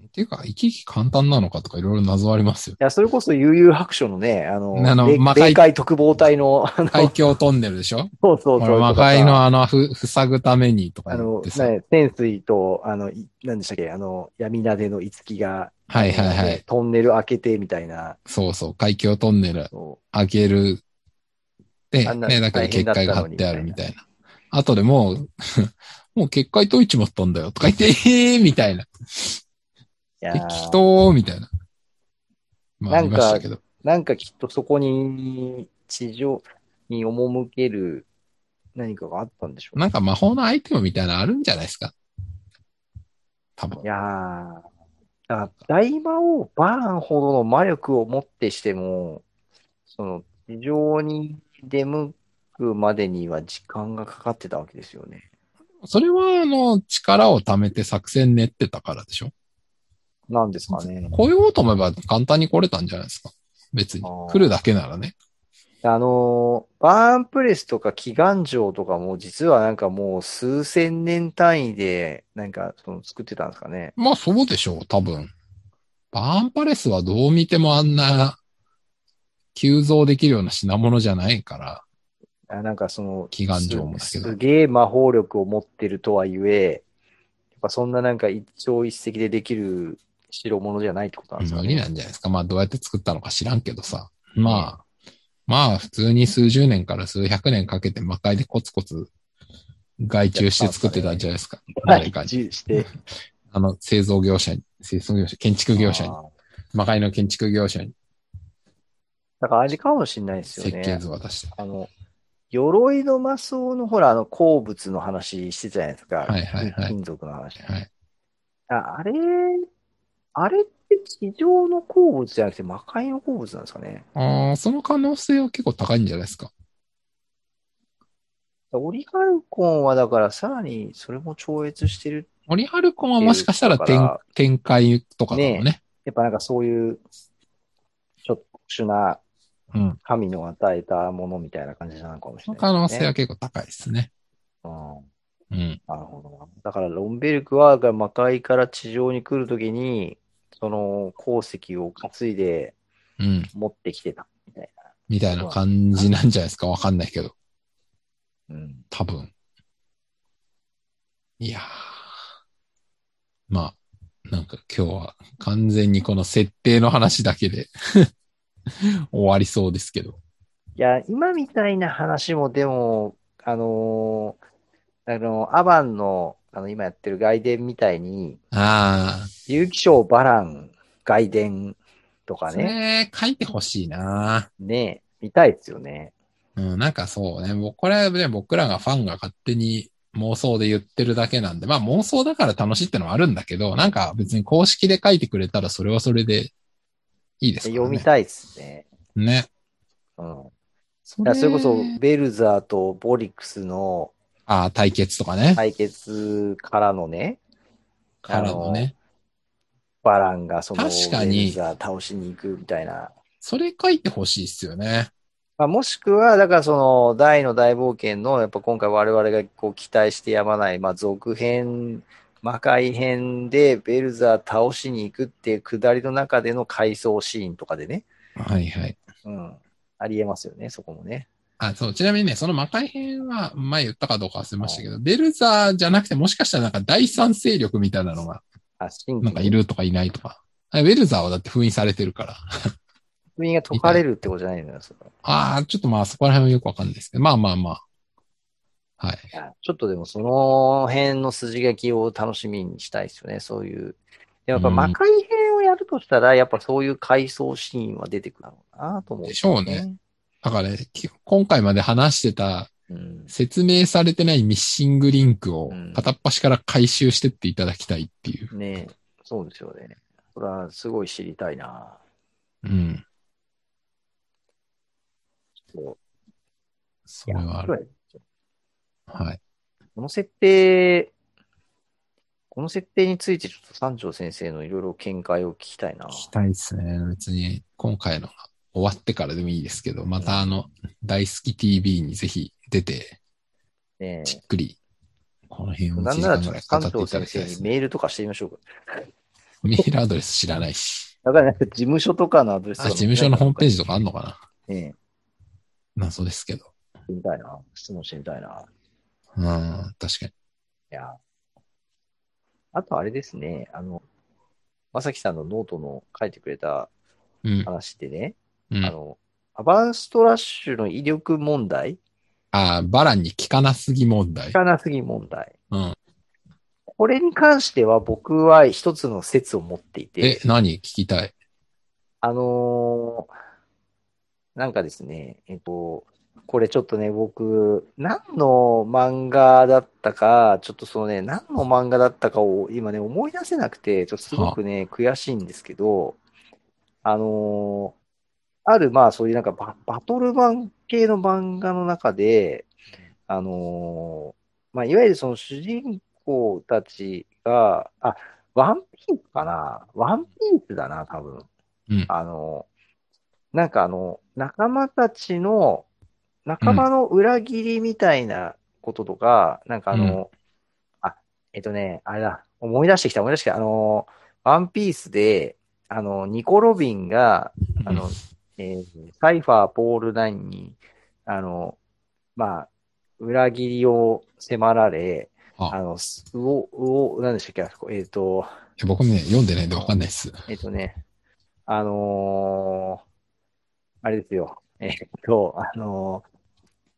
Speaker 1: っていうか、生き生き簡単なのかとかいろいろ謎ありますよ。
Speaker 2: いや、それこそ悠々白書のね、あの、
Speaker 1: あの
Speaker 2: 米
Speaker 1: 魔界
Speaker 2: 米海特防隊の、あの、
Speaker 1: 海峡トンネルでしょ
Speaker 2: そうそう
Speaker 1: こ
Speaker 2: そ
Speaker 1: れ
Speaker 2: う。
Speaker 1: 魔界のあの、ふ、塞ぐためにとか
Speaker 2: あ
Speaker 1: 言っ
Speaker 2: の
Speaker 1: て、さ。
Speaker 2: ね、潜水と、あの、い何でしたっけ、あの、闇なでの五木が、
Speaker 1: はいはいはい。
Speaker 2: トンネル開けてみたいな、
Speaker 1: そうそう。海峡トンネル
Speaker 2: そ
Speaker 1: 開ける。で、
Speaker 2: あんな
Speaker 1: ね、だけど
Speaker 2: 大変
Speaker 1: 結
Speaker 2: だった
Speaker 1: 界
Speaker 2: のに
Speaker 1: が張ってあるみたいな。あとでもう、 もう結界解いちまったんだよとか言って、 えーみたいな。
Speaker 2: ういやー
Speaker 1: 適当みたいな。まあ、あ
Speaker 2: な
Speaker 1: り
Speaker 2: んか
Speaker 1: ましたけど。
Speaker 2: なんかきっとそこに、地上に赴ける何かがあったんでしょうね
Speaker 1: なんか魔法のアイテムみたいなのあるんじゃないですか多分
Speaker 2: い。やー、だから大魔王バーンほどの魔力をもってしても、その、地上に出向くまでには時間がかかってたわけですよね。
Speaker 1: それは、あの、力を貯めて作戦練ってたからでしょ
Speaker 2: なんですかね。
Speaker 1: 来ようと思えば簡単に来れたんじゃないですか別に
Speaker 2: あ。ー
Speaker 1: 来るだけならね。
Speaker 2: あのー、バーンプレスとか祈願城とかも、実はなんかもう数千年単位で、なんかその作ってたんですかね。
Speaker 1: まあそうでしょう、多分。バーンパレスはどう見てもあんな、急増できるような品物じゃないから。
Speaker 2: あなんかその、
Speaker 1: 祈願城もだけど
Speaker 2: すすげえ魔法力を持ってるとはゆえ、やっぱそんななんか一朝一夕でできる代物じゃないってことなんですか
Speaker 1: 無理
Speaker 2: ね。
Speaker 1: なんじゃないですか。まあどうやって作ったのか知らんけどさ。まあ、まあ普通に数十年から数百年かけて魔界でコツコツ外注して作ってたんじゃないですか。誰か
Speaker 2: はい
Speaker 1: に。
Speaker 2: 自由して。
Speaker 1: あの製造業者に、製造業者、建築業者に
Speaker 2: あ、ー
Speaker 1: 魔界の建築業者に
Speaker 2: だからあれかもしれないですよ
Speaker 1: 設計
Speaker 2: ね。
Speaker 1: 図を渡して。
Speaker 2: あの、鎧の魔装のほら、あの、鉱物の話してたじゃないですか。
Speaker 1: はいはいはい
Speaker 2: 金属の話。
Speaker 1: はい。
Speaker 2: ああれ、あれって地上の鉱物じゃなくて魔界の鉱物なんですかね。
Speaker 1: ああ、その可能性は結構高いんじゃないですか。
Speaker 2: オリガルコンはだからさらにそれも超越してる
Speaker 1: オリハルコンはもしかしたら
Speaker 2: ってい
Speaker 1: 展
Speaker 2: うか
Speaker 1: 展開とかだもんね。
Speaker 2: やっぱなんかそういう、ちょっと特殊な
Speaker 1: うん。
Speaker 2: 神の与えたものみたいな感じなのかもし
Speaker 1: そ
Speaker 2: れ
Speaker 1: の
Speaker 2: な
Speaker 1: 可能
Speaker 2: いです
Speaker 1: 性
Speaker 2: ね。
Speaker 1: は結構高いですね。
Speaker 2: うん
Speaker 1: うん。
Speaker 2: なるほどな。だからロンベルクはが魔界から地上に来るときに、その鉱石を担いで
Speaker 1: うん。
Speaker 2: 持ってきてたみたい
Speaker 1: みたいな感じなんじゃないですか。わかんないけど。
Speaker 2: な。うん。
Speaker 1: 多分。いやー。まあ、なんか今日は完全にこの設定の話だけで 終わりそうですけど。
Speaker 2: いや、今みたいな話もでも、あのーあの、アバンの、あの、今やってる外伝みたいに、
Speaker 1: あ
Speaker 2: 有機賞バラン外伝と
Speaker 1: あ、
Speaker 2: か
Speaker 1: そ
Speaker 2: ね、
Speaker 1: れ書いてほしいな
Speaker 2: ね、見たいですよね。
Speaker 1: うん、なんかそうね、もうこれはね、僕らがファンが勝手に妄想で言ってるだけなんで、まあ妄想だから楽しいってのはあるんだけど、なんか別に公式で書いてくれたらそれはそれでいいですからね。
Speaker 2: 読みたいですね。
Speaker 1: ね。
Speaker 2: うん。
Speaker 1: そ
Speaker 2: だからそれこそ、ベルザーとボリックスの
Speaker 1: ああ、対決とかね。
Speaker 2: 対決からのね、
Speaker 1: からのね。
Speaker 2: バランがそのベル
Speaker 1: 確
Speaker 2: ザ
Speaker 1: かに
Speaker 2: ー倒しに行くみたいな。
Speaker 1: それ書いてほしいっすよね。
Speaker 2: まあ、もしくは、だからその大の大冒険の、やっぱ今回我々がこう期待してやまない、まあ続編、魔界編でベルザー倒しに行くっていう下りの中での回想シーンとかでね。
Speaker 1: はいはい。
Speaker 2: うん。ありえますよね、そこもね。
Speaker 1: あ、そう、ちなみにね、その魔界編は前言ったかどうか忘れましたけど、ベルザーじゃなくてもしかしたらなんか第三勢力みたいなのが、
Speaker 2: あ、新
Speaker 1: なんかい。るとかいないとか。あベルザーはだって封印されてるから。
Speaker 2: 封印が解かれるってことじゃないのよ、それは
Speaker 1: ああ、ちょっとまあそこら辺はよくわかんないですけど、まあまあまあ。はい。
Speaker 2: いやちょっとでもその辺の筋書きを楽しみにしたいですよね、そういう。でもやっぱ
Speaker 1: うん
Speaker 2: 魔界編をやるとしたら、やっぱそういう回想シーンは出てくるだろうなと思う、
Speaker 1: でしょうね。だからね、き今回まで話してた
Speaker 2: うん。
Speaker 1: 説明されてないミッシングリンクを
Speaker 2: うん
Speaker 1: 片っ端から回収してっていただきたいっていう。
Speaker 2: ねえそうですよね。それはすごい知りたいな
Speaker 1: うん。
Speaker 2: そ
Speaker 1: それはある。はい。
Speaker 2: この設定、この設定についてちょっと三条先生のいろいろ見解を聞きたいな
Speaker 1: 聞きたいですね。別に今回のが終わってからでもいいですけど、またあの、大好き TV にぜひ出て、
Speaker 2: ね
Speaker 1: じっくり、この辺を1
Speaker 2: なん
Speaker 1: 時
Speaker 2: なら
Speaker 1: 間
Speaker 2: ち
Speaker 1: ぐ
Speaker 2: ょっ
Speaker 1: らい
Speaker 2: と
Speaker 1: 語
Speaker 2: 三
Speaker 1: っていただきた
Speaker 2: 条
Speaker 1: い
Speaker 2: 先
Speaker 1: で
Speaker 2: 生に
Speaker 1: すね。
Speaker 2: メールとかしてみましょうか。
Speaker 1: メールアドレス知らないし。
Speaker 2: だからなんか事務所とかのアドレスと
Speaker 1: あ
Speaker 2: か
Speaker 1: 事務所のホームペー
Speaker 2: ジ。
Speaker 1: ジとかあんのか
Speaker 2: ね
Speaker 1: な謎ですけど。
Speaker 2: えしてみたいな。質問してみたいな。
Speaker 1: うん、確かに。
Speaker 2: いや。あとあれですね、あの、まさきさんのノートの書いてくれた
Speaker 1: うん。
Speaker 2: 話でね、
Speaker 1: う
Speaker 2: あ
Speaker 1: ん、
Speaker 2: の、アバンストラッシュの威力問題、
Speaker 1: あーバランに効かなすぎ問題
Speaker 2: 聞。かなすぎ問題。
Speaker 1: うん。
Speaker 2: これに関しては僕は一つの説を持ってい
Speaker 1: え
Speaker 2: て、、
Speaker 1: 何聞きたい。
Speaker 2: あのーなんかですね、えっと、これちょっとね、僕、何の漫画だったか、ちょっとそのね、何の漫画だったかを今ね、思い出せなくて、ちょっとすごくね、悔しいんですけど、あのーある、まあ、そういうなんかバ、バトルマン系の漫画の中で、あのーまあ、いわゆるその主人公たちが、あ、ワンピースかなワンピースだな、多分。
Speaker 1: うん。
Speaker 2: あの、なんかあの、仲間たちの、仲間の裏切りみたいなこととか、なんかあの、あ、えっとね、あれだ、思い出してきた、思い出してきた、あの、ワンピースで、あの、ニコ・ロビンが、あの、えーサイファー・ポール・ナインに、あの、まあ、裏切りを迫られ、
Speaker 1: あ
Speaker 2: あの、すうお、うお、なんでしたっけあそこ、えっ、と、
Speaker 1: いや僕もね、読んでないんでわかんないです。
Speaker 2: えっとね、あのーあれですよ。えっと、あのー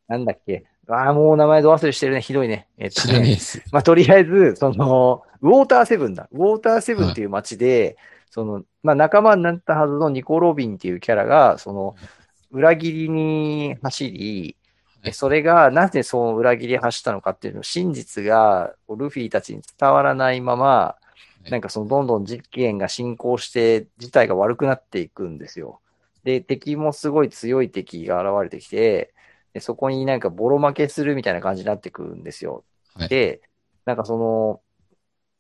Speaker 2: なんだっけ。ああ、もう名前ど忘れしてるね。ひどいね。えっと
Speaker 1: 知らねえ
Speaker 2: ね。
Speaker 1: です。
Speaker 2: まあ、とりあえず、その、ウォーターセブンだ。ウォーターセブンっていう街で、その、まあ、仲間になったはずのニコ・ロビンっていうキャラが、その、裏切りに走り、
Speaker 1: はい
Speaker 2: それがなぜその裏切りを走ったのかっていうの、真実がルフィたちに伝わらないまま、
Speaker 1: い
Speaker 2: なんかそのどんどん事件が進行して、事態が悪くなっていくんですよ。で、敵もすごい強い敵が現れてきて、でそこになんかボロ負けするみたいな感じになってくるんですよ。
Speaker 1: はい
Speaker 2: で、なんかその、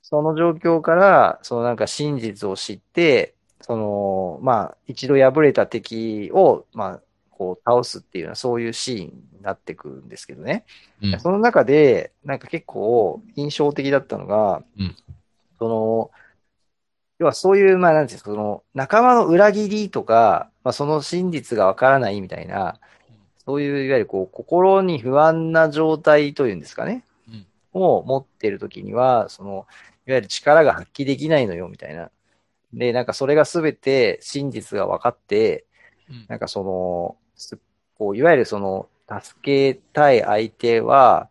Speaker 2: その状況から、そのなんか真実を知って、その、まあ、一度敗れた敵を、まあ、こう倒すっていうような、そういうシーンになってくるんですけどね。
Speaker 1: うん
Speaker 2: その中で、なんか結構印象的だったのが、
Speaker 1: うん
Speaker 2: その、要はそういう、まあ、なんていうんですか、その、仲間の裏切りとか、まあ、その真実がわからないみたいな、そういう、いわゆるこう、心に不安な状態というんですかね、
Speaker 1: うん
Speaker 2: を持ってるときには、その、いわゆる力が発揮できないのよ、みたいな。で、なんかそれがすべて真実が分かって、
Speaker 1: うん
Speaker 2: なんかその、すこういわゆるその、助けたい相手は、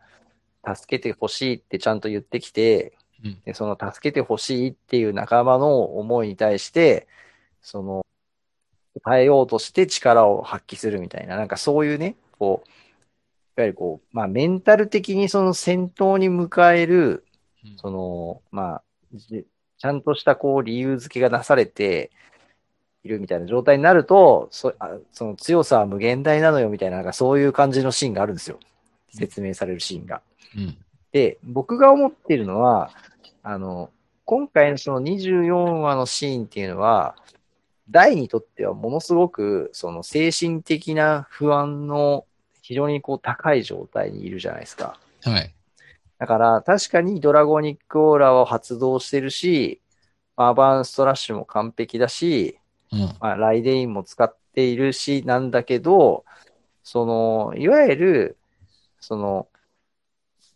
Speaker 2: 助けてほしいってちゃんと言ってきて、
Speaker 1: うん
Speaker 2: でその助けてほしいっていう仲間の思いに対して、その、耐えようとして力を発揮するみたいな、なんかそういうね、こう、わゆるこう、まあ、メンタル的にその戦闘に迎える、その、まあ、じちゃんとしたこう理由付けがなされているみたいな状態になると、そあその強さは無限大なのよみたいな、なんかそういう感じのシーンがあるんですよ。説明されるシーンが。
Speaker 1: うん。
Speaker 2: で、僕が思っているのは、あの、今回のその24話のシーンっていうのは、大にとってはものすごく、その精神的な不安の非常にこう高い状態にいるじゃないですか。
Speaker 1: はい。
Speaker 2: だから、確かにドラゴニックオーラを発動してるし、アーバンストラッシュも完璧だし、
Speaker 1: うん。
Speaker 2: まあ、ライデインも使っているし、なんだけど、その、いわゆる、その、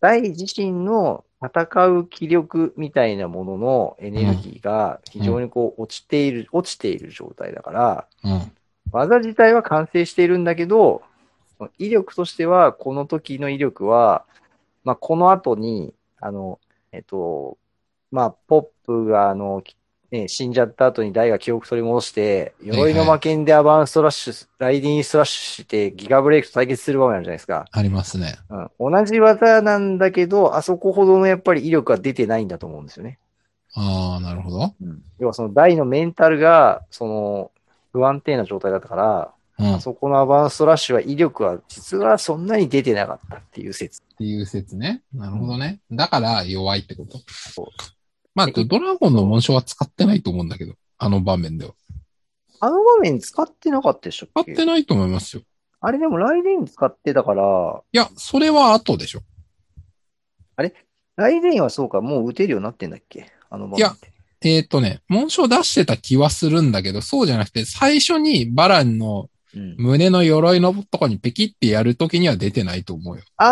Speaker 2: 大自身の戦う気力みたいなもののエネルギーが非常にこう落ちている、落ちている状態だから、
Speaker 1: うん。
Speaker 2: 技自体は完成しているんだけど、その威力としては、この時の威力は、まあ、この後に、あの、えっと、まあ、ポップが、あの、きね、死んじゃった後にダイが記憶取り戻して、鎧の魔剣でアバンストラッシュ、ライディンストラッシュして、ギガブレイクと対決する場面あるじゃないですか。
Speaker 1: ありますね。
Speaker 2: うん。同じ技なんだけど、あそこほどのやっぱり威力が出てないんだと思うんですよね。
Speaker 1: ああ、なるほど。
Speaker 2: 要はそのダイのメンタルが、その、不安定な状態だったから、
Speaker 1: うん。
Speaker 2: あ
Speaker 1: っ
Speaker 2: そこのアバンストラッシュは威力は実はそんなに出てなかったっていう説。
Speaker 1: ていう説ね。なるほどね。だから弱いってこと
Speaker 2: う。
Speaker 1: まあ、ドドラゴンの紋章は使ってないと思うんだけど、あの場面では。
Speaker 2: あの場面使ってなかったでしょ
Speaker 1: 使
Speaker 2: っ
Speaker 1: っ
Speaker 2: け
Speaker 1: てないと思いますよ。
Speaker 2: あれでもライデイン使ってたから、
Speaker 1: いや、それは後でしょ。
Speaker 2: ライデインはそうか、もう打てるようになってんだっけあの場面って。
Speaker 1: えっ、とね、紋章出してた気はするんだけど、そうじゃなくて、最初にバランの
Speaker 2: うん、
Speaker 1: 胸の鎧のとこにペキってやるときには出てないと思うよ。
Speaker 2: あ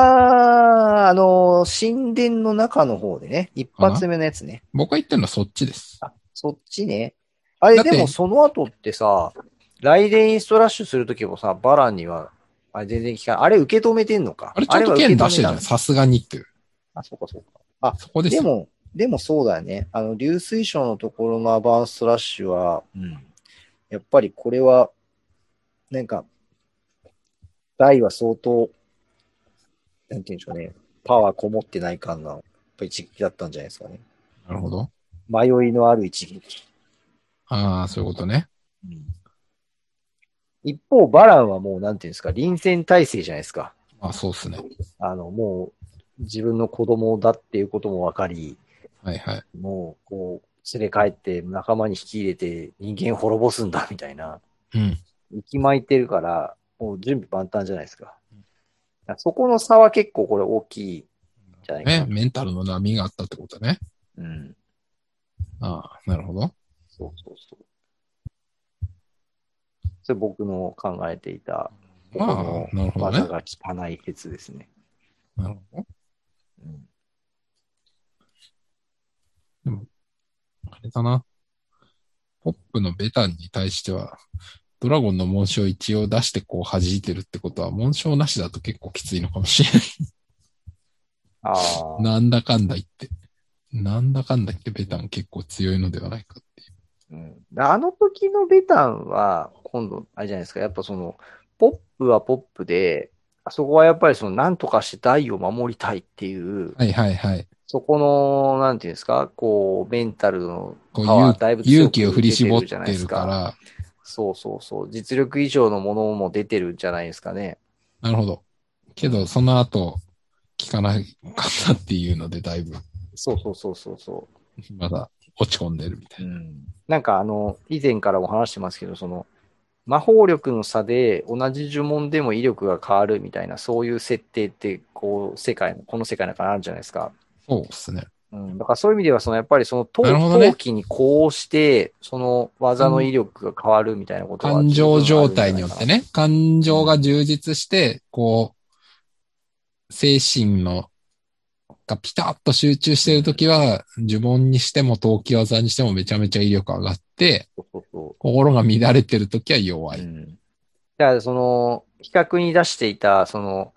Speaker 2: ー、あのー神殿の中の方でね、一発目のやつね。
Speaker 1: 僕が言ってるのはそっちです。
Speaker 2: あ、そっちね。あれ
Speaker 1: だって
Speaker 2: でもその後ってさ、ライデインストラッシュするときもさ、バランには、あれ全然効かない。あれ受け止めてんのか。
Speaker 1: あれちゃんと
Speaker 2: は受け
Speaker 1: 剣
Speaker 2: 止め
Speaker 1: 出してるじゃ。
Speaker 2: なんい
Speaker 1: さすがにっていう。
Speaker 2: あ、そうかそうか。
Speaker 1: そこです
Speaker 2: で
Speaker 1: よ。
Speaker 2: も、でもそうだよね。あの、流水晶のところのアバンストラッシュは、うん、やっぱりこれは、なんか、台は相当、なんていうんでしょうね、パワーこもってない感が、やっぱ一撃だったんじゃないですかね。
Speaker 1: なるほど。
Speaker 2: 迷いのある一撃。
Speaker 1: ああ、そういうことね。
Speaker 2: うん、一方、バランはもう、なんていうんですか、臨戦態勢じゃないですか。
Speaker 1: まあ、そうっすね。
Speaker 2: あの、もう、自分の子供だっていうこともわかり、
Speaker 1: はいはい。
Speaker 2: もう、こう、連れ帰って仲間に引き入れて人間滅ぼすんだみたいな、
Speaker 1: うん。
Speaker 2: 息巻いてるから、もう準備万端じゃないですか。そこの差は結構これ大きいんじゃないか
Speaker 1: ね
Speaker 2: な。、
Speaker 1: メンタルの波があったってことね。
Speaker 2: うん。
Speaker 1: ああ、なるほど。
Speaker 2: そうそうそう。それ僕の考えていた、
Speaker 1: まあ
Speaker 2: こ、
Speaker 1: なるほど
Speaker 2: 技
Speaker 1: ね。
Speaker 2: が汚い説ですね。
Speaker 1: なるほど。
Speaker 2: うん、
Speaker 1: あれだな。ポップのベタンに対しては、ドラゴンの紋章一応出してこう弾いてるってことは、紋章なしだと結構きついのかもしれない。
Speaker 2: ああ。
Speaker 1: なんだかんだ言って。なんだかんだ言ってベタン結構強いのではないかっていう。
Speaker 2: うん、あの時のベタンは、今度、あれじゃないですか、やっぱその、ポップはポップで、あそこはやっぱりその、なんとかして大を守りたいっていう、
Speaker 1: はいはいはい。
Speaker 2: そこの、なんていうんですか、こう、メンタルの
Speaker 1: こう
Speaker 2: パワー、
Speaker 1: 勇
Speaker 2: だいぶ強
Speaker 1: 勇
Speaker 2: く
Speaker 1: 気を振り絞っ
Speaker 2: 出
Speaker 1: て
Speaker 2: じゃないで
Speaker 1: る
Speaker 2: す
Speaker 1: から、
Speaker 2: そうそうそう、実力以上のものも出てるんじゃないですかね。
Speaker 1: なるほど。けど、その後、聞かなかったっていうので、だいぶ、
Speaker 2: そうそうそうそうそう。
Speaker 1: まだ落ち込んでるみたいな。
Speaker 2: なんかあの、以前からも話してますけど、その、魔法力の差で同じ呪文でも威力が変わるみたいな、そういう設定って、こう、世界の、この世界の中にあるじゃないですか。
Speaker 1: そうですね。
Speaker 2: うん、だからそういう意味では、その、やっぱりその、陶
Speaker 1: なるほどね
Speaker 2: 陶器にこうして、その、技の威力が変わるみたいなことは
Speaker 1: 感情状態によって。ね、感情が充実して、こう、精神の、がピタッと集中してるときは、呪文にしても、投機技にしてもめちゃめちゃ威力上がって、
Speaker 2: そうそうそう
Speaker 1: 心が乱れてるときは弱い。
Speaker 2: うんだからその、比較に出していた、その、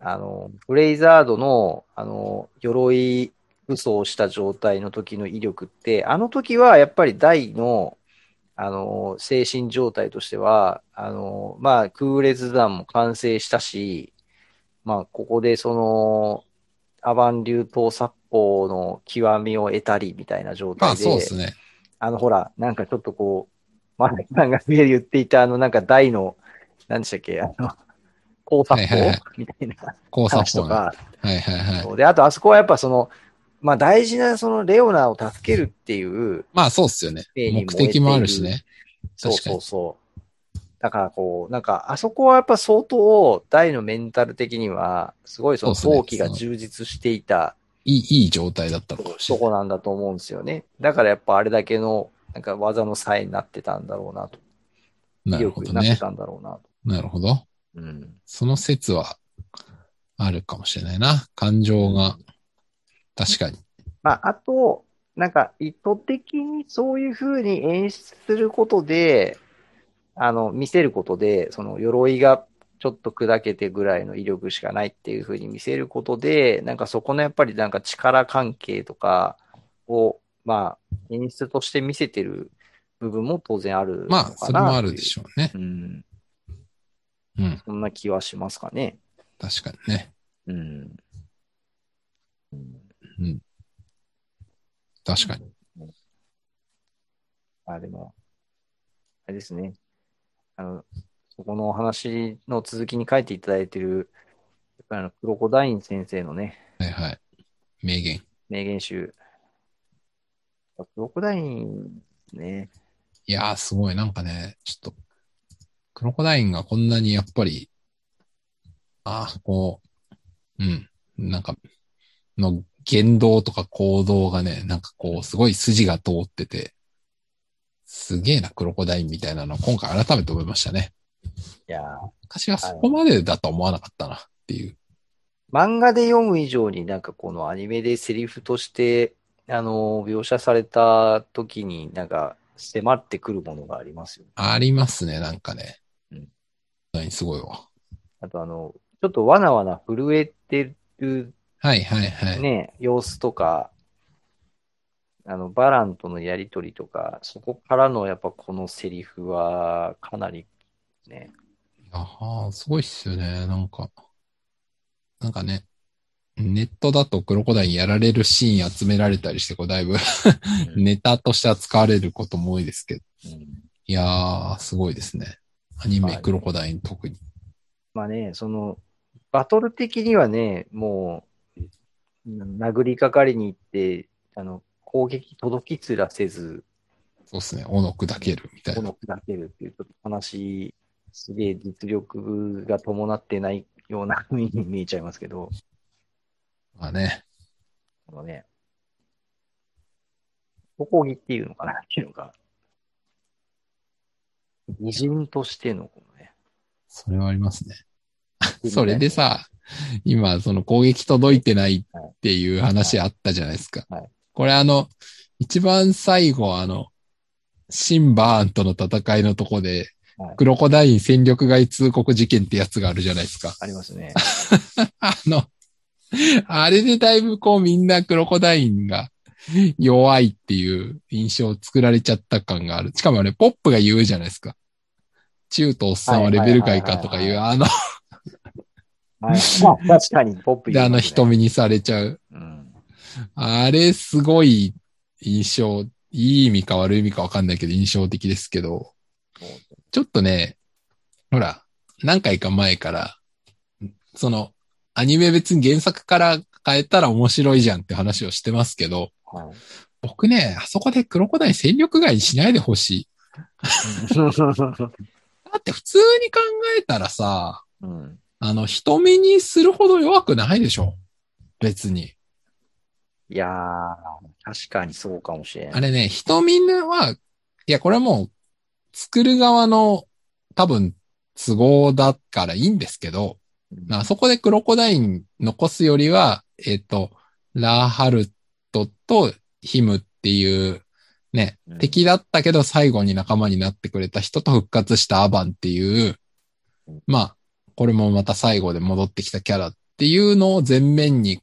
Speaker 2: あの、フレイザードの、あの、鎧武装をした状態の時の威力って、あの時はやっぱり大の、あの、精神状態としては、あの、まあ、クーレズ弾も完成したし、まあ、ここでその、アバン流刀殺法の極みを得たりみたいな状
Speaker 1: ま
Speaker 2: 態
Speaker 1: あ
Speaker 2: で、
Speaker 1: そうですね。
Speaker 2: あの、ほら、なんかちょっとこう、マラキさんが上で言っていた、あの、なんか大の、何でしたっけ、あの、工作
Speaker 1: はいはいはい
Speaker 2: 法みたいな
Speaker 1: 交差
Speaker 2: 話と
Speaker 1: 法ね。
Speaker 2: か、
Speaker 1: はいはいはい。
Speaker 2: で、あと、あそこはやっぱその、まあ大事なそのレオナを助けるっていう、
Speaker 1: まあそうっすよね。
Speaker 2: 例に
Speaker 1: 目
Speaker 2: も
Speaker 1: 的もあるしね。
Speaker 2: そう
Speaker 1: 確か
Speaker 2: そう
Speaker 1: に。
Speaker 2: そう。だからこう、なんか、あそこはやっぱ相当、大のメンタル的には、すごいその
Speaker 1: そうですね
Speaker 2: 陶器が充実していた
Speaker 1: いい、いい状態だったのかもし
Speaker 2: と
Speaker 1: れない。
Speaker 2: こなんだと思うんですよね。だからやっぱあれだけの、なんか技の差になってたんだろうなと。
Speaker 1: な
Speaker 2: 威
Speaker 1: るほ
Speaker 2: 力
Speaker 1: ど
Speaker 2: になって
Speaker 1: ね。
Speaker 2: たんだろうなと。
Speaker 1: なるほど。
Speaker 2: うん。
Speaker 1: その説はあるかもしれないな。感情が。確かに。
Speaker 2: まあ、あと、なんか意図的にそういう風に演出することで、あの、見せることで、その鎧がちょっと砕けてぐらいの威力しかないっていう風に見せることで、なんかそこのやっぱりなんか力関係とかを、まあ、演出として見せてる部分も当然あるのかな
Speaker 1: まあ、それもあるでし
Speaker 2: ょ
Speaker 1: ょうね。
Speaker 2: う。うん。
Speaker 1: うん。
Speaker 2: そんな気はしますかね。
Speaker 1: 確かにね。
Speaker 2: うん。うん
Speaker 1: 確かに。
Speaker 2: あ、でも、あれですね。あの、そこのお話の続きに書いていただいてる、やっぱりあの、クロコダイン先生のね、
Speaker 1: はいはい。名言。
Speaker 2: 名言集。クロコダインね、
Speaker 1: いやー、すごい。なんかね、ちょっと、クロコダインがこんなにやっぱり、ああ、こう、うん。なんか、の言動とか行動がね、なんかこう、すごい筋が通ってて、すげえな、クロコダインみたいなのを今回改めて思いましたね。
Speaker 2: いやー、
Speaker 1: 昔はそこまでだとは思わなかったなっていう。
Speaker 2: 漫画で読む以上になんかこのアニメでセリフとして、あの、描写された時になんか迫ってくるものがありますよね。
Speaker 1: ありますね、なんかね。
Speaker 2: うん
Speaker 1: クロコダインすごいわ。
Speaker 2: あとあの、ちょっとわなわな震えてる
Speaker 1: はいはいはい。
Speaker 2: ね、様子とか、あの、バランとのやりとりとか、そこからのやっぱこのセリフはかなりね、
Speaker 1: ああ、すごいっすよね。なんか、なんかね、ネットだとクロコダインやられるシーン集められたりして、こう、だいぶ ネタとして扱われることも多いですけど。
Speaker 2: うん
Speaker 1: いやー、すごいですね。アニ
Speaker 2: は
Speaker 1: メ、
Speaker 2: い
Speaker 1: クロコダイン特に。
Speaker 2: まあね、その、バトル的にはね、もう、殴りかかりに行って、あの、攻撃届きつらせず、
Speaker 1: そうっすね。おの砕けるみたい
Speaker 2: こ
Speaker 1: な。
Speaker 2: の砕けるっていう、ちょっと話、すげえ実力が伴ってないような 風に見えちゃいますけど、
Speaker 1: まあね。
Speaker 2: このね、おこぎっていうのかなっていうのが、偉人としての、このね、
Speaker 1: それはありますね。それで、さ、今、その攻撃届いてないっていう話あったじゃないですか。
Speaker 2: はい
Speaker 1: これあの、一番最後、あの、シンバーンとの戦いのとこで
Speaker 2: はい、
Speaker 1: クロコダイン戦力外通告事件ってやつがあるじゃないですか。
Speaker 2: ありますね。
Speaker 1: あの、あれでだいぶこうみんなクロコダインが弱いっていう印象を作られちゃった感がある。しかもあれ、ポップが言うじゃないですか。中とおっさんはレベル外かとかいう、あの、
Speaker 2: はい、まあ、確かに、ポップ
Speaker 1: であの
Speaker 2: 人
Speaker 1: 瞳にされちゃう。
Speaker 2: うん。
Speaker 1: あれ、すごい印象、いい意味か悪い意味かわかんないけど、印象的ですけど、ちょっとね、ほら、何回か前から、その、アニメ別に原作から変えたら面白いじゃんって話をしてますけど、
Speaker 2: はい
Speaker 1: 僕ね、あそこでクロコダイン戦力外にしないでほしい。だって普通に考えたらさ、
Speaker 2: うん。
Speaker 1: あの、人目にするほど弱くないでしょ別に。
Speaker 2: いやー、確かにそうかもしれない。
Speaker 1: あれね、人みんなは、いや、これはもう、作る側の多分都合だからいいんですけど、
Speaker 2: うん
Speaker 1: あそこでクロコダイン残すよりは、えっ、と、ラーハルトとヒムっていう、ね
Speaker 2: うん、
Speaker 1: 敵だったけど最後に仲間になってくれた人と復活したアバンっていう
Speaker 2: うん、
Speaker 1: まあ、これもまた最後で戻ってきたキャラっていうのを前面に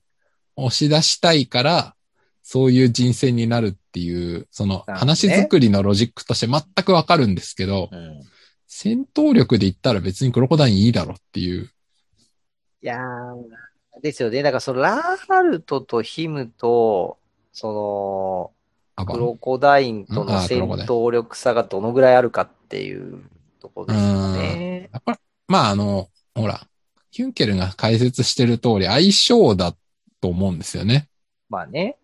Speaker 1: 押し出したいから、そういう人生になるっていう、その
Speaker 2: なるほどね
Speaker 1: 話作りのロジックとして全くわかるんですけど、
Speaker 2: うん。
Speaker 1: 戦闘力で言ったら別にクロコダインいいだろっていう。
Speaker 2: いいやー、ですよね。だから、その、ラハルトとヒムと、そ
Speaker 1: ア
Speaker 2: の、
Speaker 1: バ
Speaker 2: ク
Speaker 1: ン。
Speaker 2: ロコダインと
Speaker 1: うんあ
Speaker 2: の
Speaker 1: ー
Speaker 2: 戦闘力差がどのぐらいあるかっていうところですよね。
Speaker 1: やっぱり、まああの、ほら、ヒュンケルが解説してる通り相性だと思うんですよね。
Speaker 2: まあね。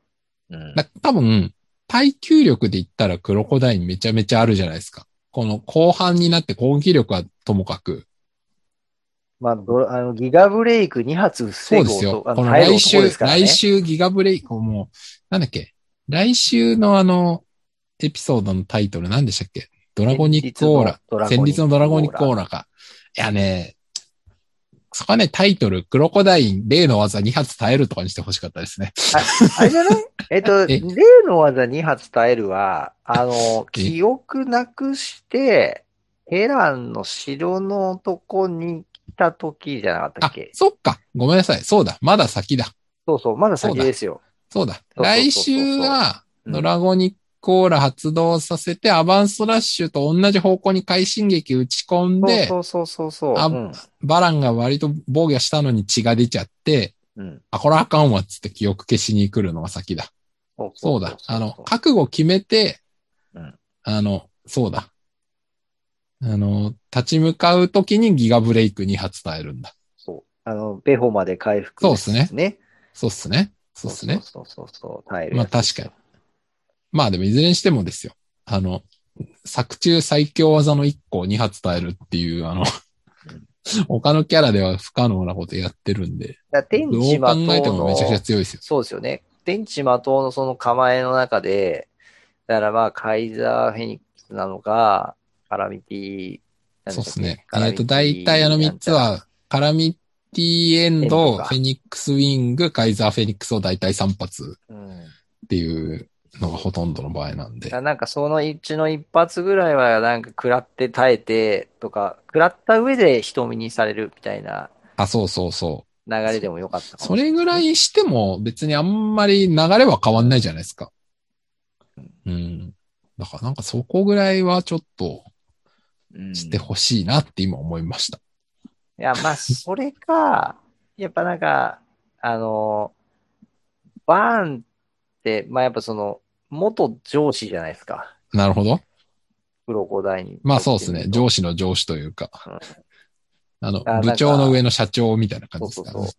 Speaker 2: うん。
Speaker 1: だ多分、耐久力で言ったらクロコダインめちゃめちゃあるじゃないですか。この後半になって攻撃力はともかく。
Speaker 2: まあ、ドラあのギガブレイク2発防
Speaker 1: そ
Speaker 2: ご
Speaker 1: う
Speaker 2: う
Speaker 1: ですよ。
Speaker 2: と、あ
Speaker 1: この
Speaker 2: 耐えろ
Speaker 1: 来
Speaker 2: とこ
Speaker 1: 週、
Speaker 2: ろですからね
Speaker 1: 来週ギガブレイクも、なんだっけ来週のあの、エピソードのタイトル何でしたっけドラゴニックオーラ。戦慄のドラゴニックオー
Speaker 2: ラ。
Speaker 1: ラか。いやね、そこはね、タイトル、クロコダイン、例の技2発耐えるとかにしてほしかったですね。
Speaker 2: あれじゃ ないえっと、
Speaker 1: え
Speaker 2: 例の技2発耐えるは、あの、
Speaker 1: え
Speaker 2: 記憶なくして、ヘランの城のとこに来た時じゃなかった
Speaker 1: あ
Speaker 2: っ、け
Speaker 1: そっか。ごめんなさい。そうだ。まだ先だ。
Speaker 2: そうそう、まだ先ですよ。
Speaker 1: そうだ。
Speaker 2: そうそうそうそう
Speaker 1: 来週は、
Speaker 2: うん
Speaker 1: ドラゴニックオーラ発動させて、アバンストラッシュと同じ方向に快進撃打ち込んで
Speaker 2: そ、うそうそうそう。
Speaker 1: あ
Speaker 2: うん
Speaker 1: バランが割と防御したのに血が出ちゃって、
Speaker 2: うん
Speaker 1: あ、これあかんわっつって記憶消しに来るのが先だ。
Speaker 2: そう
Speaker 1: そうだ。あの、覚悟決めて、
Speaker 2: うん
Speaker 1: あの、そうだ。あの、立ち向かうときにギガブレイク2発耐えるんだ。
Speaker 2: そう。あの、ベホまで回復
Speaker 1: そうっすね
Speaker 2: ね。
Speaker 1: そうっすね。そうっすね。
Speaker 2: そうそうそうそう、耐える
Speaker 1: まあ
Speaker 2: やつ
Speaker 1: 確かに。まあでもいずれにしてもですよ。あの、作中最強技の1個を2発耐えるっていう、あの、他のキャラでは不可能なことやってるんで、
Speaker 2: だから
Speaker 1: ど
Speaker 2: 天
Speaker 1: う考
Speaker 2: 地魔
Speaker 1: えて
Speaker 2: 党
Speaker 1: もめちゃくちゃ
Speaker 2: の、
Speaker 1: 強いですよ。
Speaker 2: そうですよね。天地魔党のその構えの中で、だからまあ、カイザーフェニックスなのか、カラミティ、なん
Speaker 1: そうで
Speaker 2: だっけ
Speaker 1: すね。
Speaker 2: カラ
Speaker 1: えっ
Speaker 2: ミテ
Speaker 1: と、
Speaker 2: ィ
Speaker 1: 大体あの3つは、カラミティエン
Speaker 2: エン
Speaker 1: ド、
Speaker 2: ドか
Speaker 1: フェニックスウィング、カイザーフェニックスを大体3発
Speaker 2: うん
Speaker 1: っていうのがほとんどの場合なん
Speaker 2: だ
Speaker 1: で
Speaker 2: か。らなんかそのうちの一発ぐらいはなんか食らって耐えてとか、食らった上で瞳にされるみたいな
Speaker 1: あ、そうそうそう。
Speaker 2: 流れでもよかったかも
Speaker 1: それぐらいしても別にあんまり流れは変わんないじゃないですか。うん。だからなんかそこぐらいはちょっと
Speaker 2: うん
Speaker 1: してほしいなって今思いました。
Speaker 2: いや、まあ、そ れか、やっぱなんか、あの、バーンって、まあやっぱその、元上司じゃないですか。
Speaker 1: なるほど。
Speaker 2: クロコダイン。
Speaker 1: まあそうですね。
Speaker 2: 司。
Speaker 1: 上司の上司というか
Speaker 2: うん。
Speaker 1: あの
Speaker 2: あ、なんか
Speaker 1: 部長の上の社長みたいな感
Speaker 2: そ
Speaker 1: じ
Speaker 2: う
Speaker 1: で
Speaker 2: そ
Speaker 1: す
Speaker 2: う
Speaker 1: か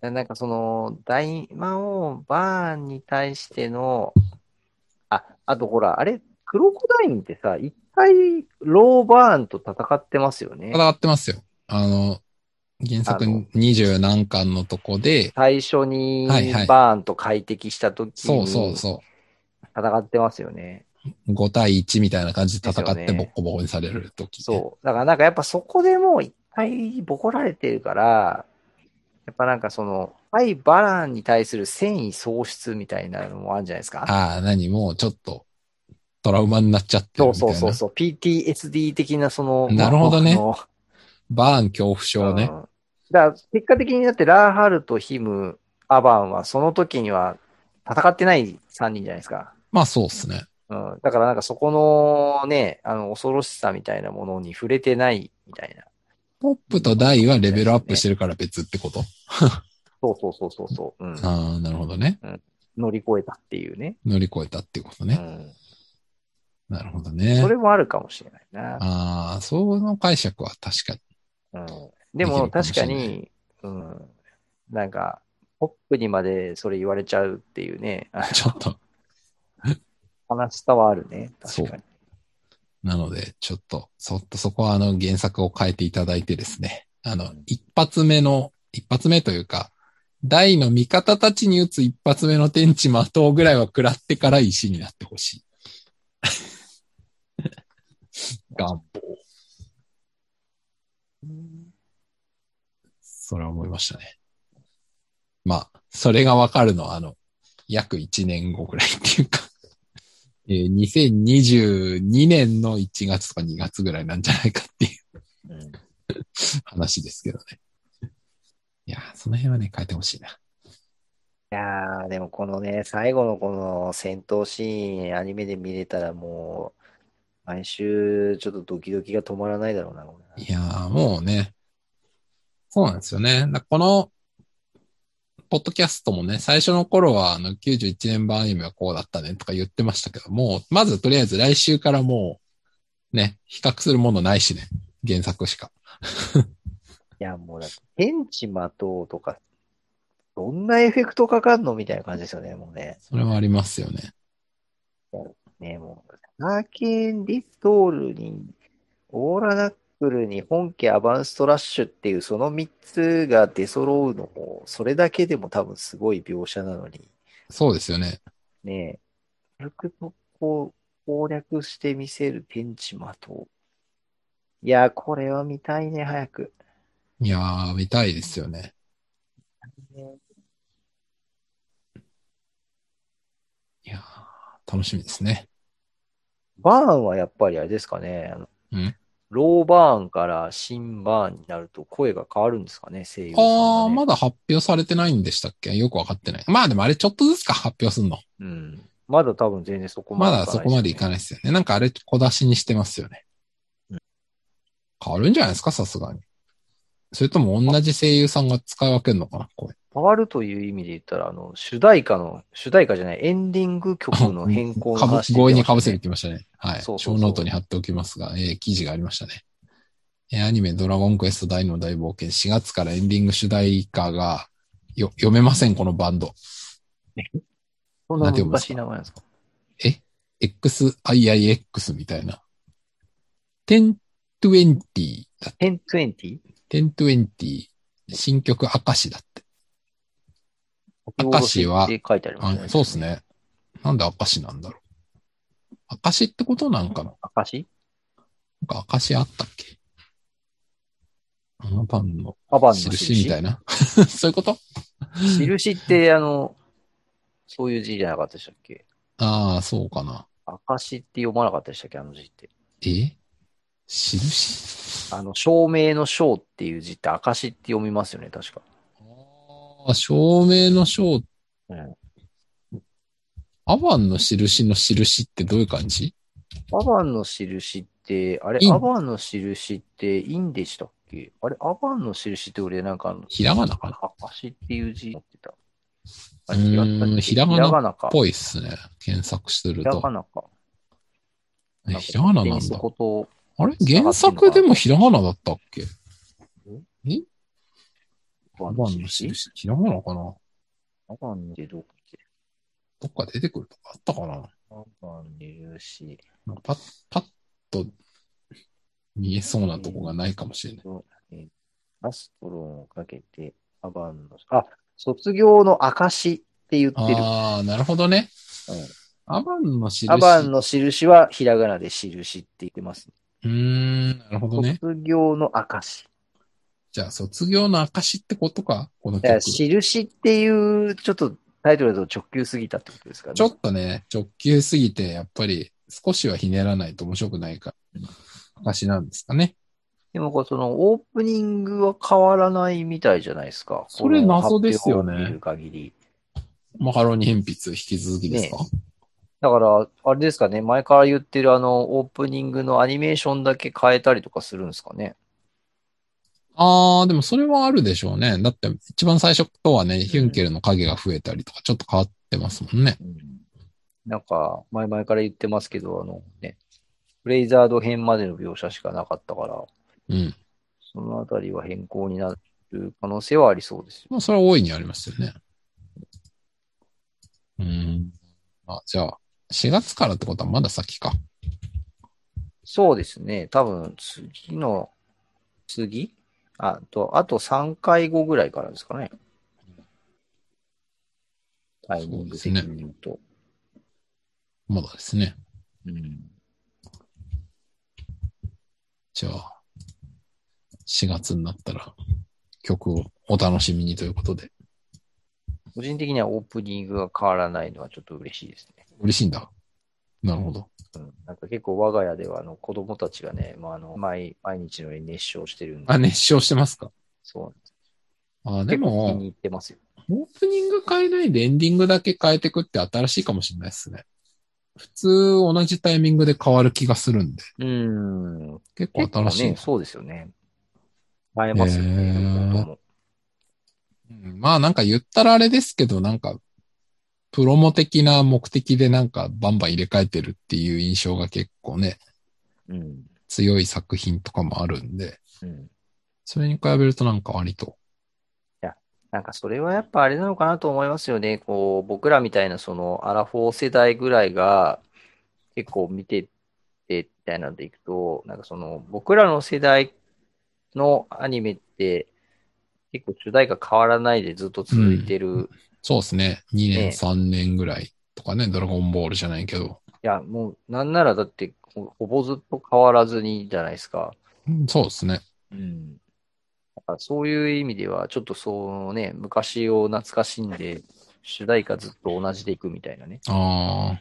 Speaker 2: そ
Speaker 1: ね。
Speaker 2: う。なんかその、大魔王バーンに対しての、あ、あとほら、あれ、クロコダインってさ、一回、ローバーンと戦ってますよね。
Speaker 1: 戦ってますよ。あの、原作
Speaker 2: あの
Speaker 1: 二十何巻のとこで、
Speaker 2: 最初に
Speaker 1: はいはい
Speaker 2: バーンと快適した時
Speaker 1: そう
Speaker 2: に
Speaker 1: そうそ
Speaker 2: 戦ってますよね。
Speaker 1: う。5対1みたいな感じで戦っ
Speaker 2: で
Speaker 1: て
Speaker 2: すよ
Speaker 1: ボ
Speaker 2: ね
Speaker 1: ッコボコにされるとき、
Speaker 2: そう。だからなんかやっぱそこでもう一回ボコられてるから、やっぱなんかその、対バランに対する戦意喪失みたいなのもあるんじゃないですか。
Speaker 1: ああ、何もうちょっとトラウマになっちゃってる
Speaker 2: そ
Speaker 1: み
Speaker 2: う
Speaker 1: たいな。
Speaker 2: そうそうそう。PTSD 的なその、
Speaker 1: なるほどね
Speaker 2: まあ僕
Speaker 1: バーン恐怖
Speaker 2: の
Speaker 1: 症ね
Speaker 2: う。んだから結果的にだってラーハルとヒム、アバンはその時には戦ってない3人じゃないですか。
Speaker 1: まあそうですね。
Speaker 2: うん、だからなんかそこのね、あの恐ろしさみたいなものに触れてないみたいな。
Speaker 1: ポップとダイはレベルアップしてるから別ってこと、
Speaker 2: そうそうそうそうそう。うん、
Speaker 1: ああ、なるほどね。
Speaker 2: 乗り越えたっていうね。
Speaker 1: 乗り越えたっていうこと
Speaker 2: う
Speaker 1: ね。
Speaker 2: ん
Speaker 1: なるほどね
Speaker 2: そ。れもあるかもしれないな。
Speaker 1: ああ、その解釈は確かに。
Speaker 2: うん、
Speaker 1: で
Speaker 2: で
Speaker 1: き
Speaker 2: も
Speaker 1: るかも
Speaker 2: 確
Speaker 1: しれ
Speaker 2: か
Speaker 1: ない
Speaker 2: に、うん、なんか、ポップにまでそれ言われちゃうっていうね、あ
Speaker 1: ちょっと、
Speaker 2: 悲しさはあるね。確かに。
Speaker 1: なので、ちょっと、そっとそこはあの原作を変えていただいてですね。あの、一発目の、一発目というか、大の味方たちに打つ一発目の天地的ぐらいは食らってから石になってほしい。願望。それは思いましたね。まあ、それがわかるのは、あの、約1年後ぐらいっていうか、えー2022年の1月とか2月ぐらいなんじゃないかっていう
Speaker 2: うん
Speaker 1: 話ですけどね。いやー、その辺はね、変えてほしいな。
Speaker 2: いやー、でもこのね、最後のこの戦闘シーン、アニメで見れたらもう、毎週ちょっとドキドキが止まらないだろうな。これ
Speaker 1: いやー、もうね、そうなんですよね。だこの、ポッドキャストもね、最初の頃は、あの、91年版アニメはこうだったねとか言ってましたけども、まずとりあえず来週からもう、ね、比較するものないしね、原作しか。
Speaker 2: いや、もうだって、天地まとうとか、どんなエフェクトかかんのみたいな感じですよね、もうね。
Speaker 1: それはありますよね。
Speaker 2: ね、もう、サーケン・ディストールに、オーラナックルに、本家アバンストラッシュっていう、その3つが出揃うのも、それだけでも多分すごい描写なのに、
Speaker 1: そうですよね。
Speaker 2: ね、軽くとこう、攻略してみせる天地まとう。いや、これは見たいね、早く。
Speaker 1: いやー、見たいですよね。いやー、楽しみですね。
Speaker 2: バーンはやっぱりあれですかね。あの
Speaker 1: うん
Speaker 2: ローバーンから新バーンになると声が変わるんですかね、声優さんが、ね。
Speaker 1: あー、まだ発表されてないんでしたっけよくわかってない。まあでもあれちょっとずつか発表すんの。
Speaker 2: うん。まだ多分全然そこま
Speaker 1: まだ
Speaker 2: で
Speaker 1: そこまでいか
Speaker 2: い
Speaker 1: ないですよね。なんかあれ小出しにしてますよね
Speaker 2: うん。
Speaker 1: 変わるんじゃないですかさすがに。それとも同じ声優さんが使い分けるのかな声。
Speaker 2: すね。変わるという意味で言ったら、あの、主題歌の、主題歌じゃない、エンディング曲の変更の
Speaker 1: かぶ
Speaker 2: 話、
Speaker 1: 強引に被せるって言いましたね。はい。
Speaker 2: そうそうそう
Speaker 1: 小ノートに貼っておきますが、えー記事がありましたね。えーアニメドラゴンクエスト大の大冒険4月からエンディング主題歌がよ読めません、このバンド。
Speaker 2: そんな難しい名前なんですか
Speaker 1: XIIX みたいな。1020だ。
Speaker 2: ?1020?
Speaker 1: 1020新曲明石だって。明石は
Speaker 2: って書いてあります
Speaker 1: あ
Speaker 2: ね。
Speaker 1: そうです。ね。なんで明石なんだろう。明石ってことなんかな
Speaker 2: 明石
Speaker 1: なんか明石あったっけあのパンの
Speaker 2: カバンの
Speaker 1: 印
Speaker 2: 印
Speaker 1: みたいな。 そういうこと
Speaker 2: 印って、あの、そういう字じゃなかったでしたっけ
Speaker 1: ああ、そうかな。
Speaker 2: 明石って読まなかったでしたっけあの字って。
Speaker 1: え印
Speaker 2: あの、証明の証っていう字って明石って読みますよね、確か。
Speaker 1: あー照明の照。
Speaker 2: うん
Speaker 1: アバンの印の印ってどういう感じ
Speaker 2: アバンの印って、あれ
Speaker 1: イ、ン
Speaker 2: アバンの印って、インでしたっけあれ、アバンの印って俺なんかあの、
Speaker 1: ひらがなかな
Speaker 2: 明石っていう字持ってた。
Speaker 1: うーんひらがな
Speaker 2: ひらがなか。
Speaker 1: っぽいっすね。検索してる
Speaker 2: ひらが
Speaker 1: と。
Speaker 2: なか。
Speaker 1: えひらがな
Speaker 2: 勝手
Speaker 1: な
Speaker 2: に
Speaker 1: ん
Speaker 2: そ
Speaker 1: だ。
Speaker 2: こと、
Speaker 1: あれ原作でもひらがなだったっけ
Speaker 2: ア
Speaker 1: ア
Speaker 2: バン
Speaker 1: バ
Speaker 2: の
Speaker 1: ンの
Speaker 2: 印
Speaker 1: 印ひらがなかな
Speaker 2: アバンでどっち
Speaker 1: どっか出てくるとかあったかな
Speaker 2: アバンの印。
Speaker 1: なんかパッ、パッと見えそうなとこがないかもしれない。
Speaker 2: えアストロンをかけて、アバンの、あ、卒業の証って言ってる。
Speaker 1: ああ、なるほどね。
Speaker 2: うん
Speaker 1: アバンの印。
Speaker 2: アバンの印はひらがなで印って言ってます、
Speaker 1: うーん、なるほどね。
Speaker 2: 卒業の証。
Speaker 1: じゃあ、卒業の証ってことか、この
Speaker 2: だから
Speaker 1: 曲。ち
Speaker 2: 印っていう、ちょっとタイトルだと直球すぎたってことですかね。
Speaker 1: ょっとね、直球すぎて、やっぱり少しはひねらないと面白くないから、証なんですかね。
Speaker 2: でもこう、そのオープニングは変わらないみたいじゃないですか。
Speaker 1: それ
Speaker 2: この発表
Speaker 1: 謎ですよね
Speaker 2: を見る限り。
Speaker 1: マカロニ鉛筆引き続きですか、
Speaker 2: だから、あれですかね、前から言ってるあの、オープニングのアニメーションだけ変えたりとかするんですかね。
Speaker 1: ああ、でもそれはあるでしょうね。だって、一番最初とはね、ヒュンケルの影が増えたりとか、ちょっと変わってますもんね。
Speaker 2: うんなんか、前々から言ってますけど、あのね、ブレイザード編までの描写しかなかったから、
Speaker 1: うん。
Speaker 2: そのあたりは変更になる可能性はありそうですよ。
Speaker 1: まあ、それは大いにありますよね。うん。あ、じゃあ、4月からってことはまだ先か。
Speaker 2: そうですね。多分、次の、次あと、あと3回後ぐらいからですかね。タイミング的に言うと。
Speaker 1: まだですね。
Speaker 2: うん
Speaker 1: じゃあ、4月になったら曲をお楽しみにということで。
Speaker 2: 個人的にはオープニングが変わらないのはちょっと嬉しいですね。
Speaker 1: 嬉しいんだ。なるほど。
Speaker 2: うん、なんか結構我が家ではあの子供たちがね、まあ、あの毎毎日のように熱唱してるんで
Speaker 1: あ、、熱唱してますか
Speaker 2: そう
Speaker 1: あ、で
Speaker 2: 結構気に
Speaker 1: も、
Speaker 2: 入ってますよ。
Speaker 1: オープニング変えないでエンディングだけ変えてくって新しいかもしれないですね。普通同じタイミングで変わる気がするんで、
Speaker 2: うん。
Speaker 1: 結構
Speaker 2: 結構
Speaker 1: 新しい。
Speaker 2: ね、そうですよね。映えますよ
Speaker 1: へ
Speaker 2: ね。
Speaker 1: ー
Speaker 2: 本当も
Speaker 1: うんまあなんか言ったらあれですけど、なんか、プロモ的な目的でなんかバンバン入れ替えてるっていう印象が結構ね、
Speaker 2: うん。
Speaker 1: 強い作品とかもあるんで、
Speaker 2: うん。
Speaker 1: それに比べるとなんか割と。
Speaker 2: なんかそれはやっぱあれなのかなと思いますよね。こう、僕らみたいなそのアラフォー世代ぐらいが結構見ててみたいなのでいくと、なんかその僕らの世代のアニメって結構主題歌変わらないでずっと続いてる。
Speaker 1: うん
Speaker 2: い
Speaker 1: そうですね。2
Speaker 2: え
Speaker 1: 年、
Speaker 2: え
Speaker 1: 3年ぐらいとかね、ドラゴンボールじゃないけど。
Speaker 2: や、もうなんならだってほほぼずっと変わらずにじゃないですか。
Speaker 1: うんそうですね。
Speaker 2: うん。だからそういう意味ではちょっとそのね、昔を懐かしんで主題歌ずっと同じでいくみたいなね。
Speaker 1: あ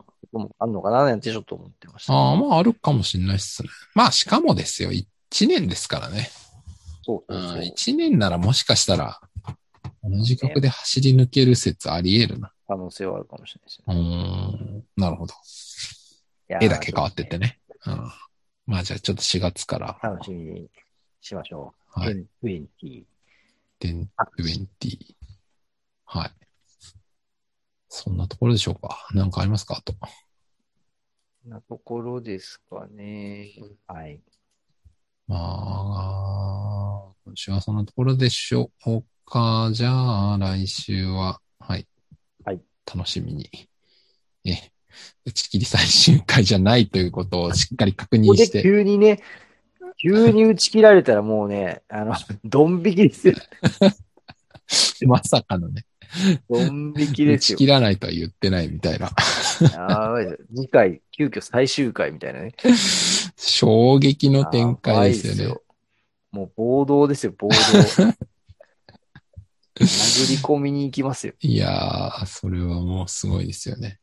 Speaker 1: ー
Speaker 2: こともあるのかななんてちょっと思ってました。
Speaker 1: あー、まああるかもしれないっすね。まあしかもですよ、1年ですからね。
Speaker 2: そ
Speaker 1: う
Speaker 2: うそ
Speaker 1: ん、
Speaker 2: うそう。
Speaker 1: 1年ならもしかしたら、同じ曲で走り抜ける説あり得るな。
Speaker 2: 可能性はあるかもしれないで
Speaker 1: う
Speaker 2: す
Speaker 1: ー
Speaker 2: ね。
Speaker 1: ん、なるほど。
Speaker 2: いやー
Speaker 1: 絵だけ変わってって。ね。うん。まあじゃあちょっと4月から
Speaker 2: ち、ょっとね楽しみにしましょう。
Speaker 1: はい、
Speaker 2: 20。
Speaker 1: 10、
Speaker 2: あ
Speaker 1: 20。はい。そんなところでしょうか。なんかありますかあと。
Speaker 2: なところですかね。はい。
Speaker 1: まあ、今週はそんなところでしょうか。じゃあ、来週は、はい。
Speaker 2: はい
Speaker 1: 楽しみに。え、打ち切り最終回じゃないということをしっかり確
Speaker 2: ここ
Speaker 1: 認し
Speaker 2: で
Speaker 1: て。
Speaker 2: 急にね、急に打ち切られたらもうね、あの、 ドン引きですよ。
Speaker 1: まさかのね。
Speaker 2: ドン引き
Speaker 1: 打
Speaker 2: です
Speaker 1: ち
Speaker 2: よ
Speaker 1: 切。らないとは言ってないみたいな。
Speaker 2: やばいです次回、急遽最終回みたいなね。
Speaker 1: 衝撃の展開ですよね
Speaker 2: やばい。もう暴動ですよ、 暴動。殴り込みに行きますよ。
Speaker 1: いやー、それはもうすごいですよね。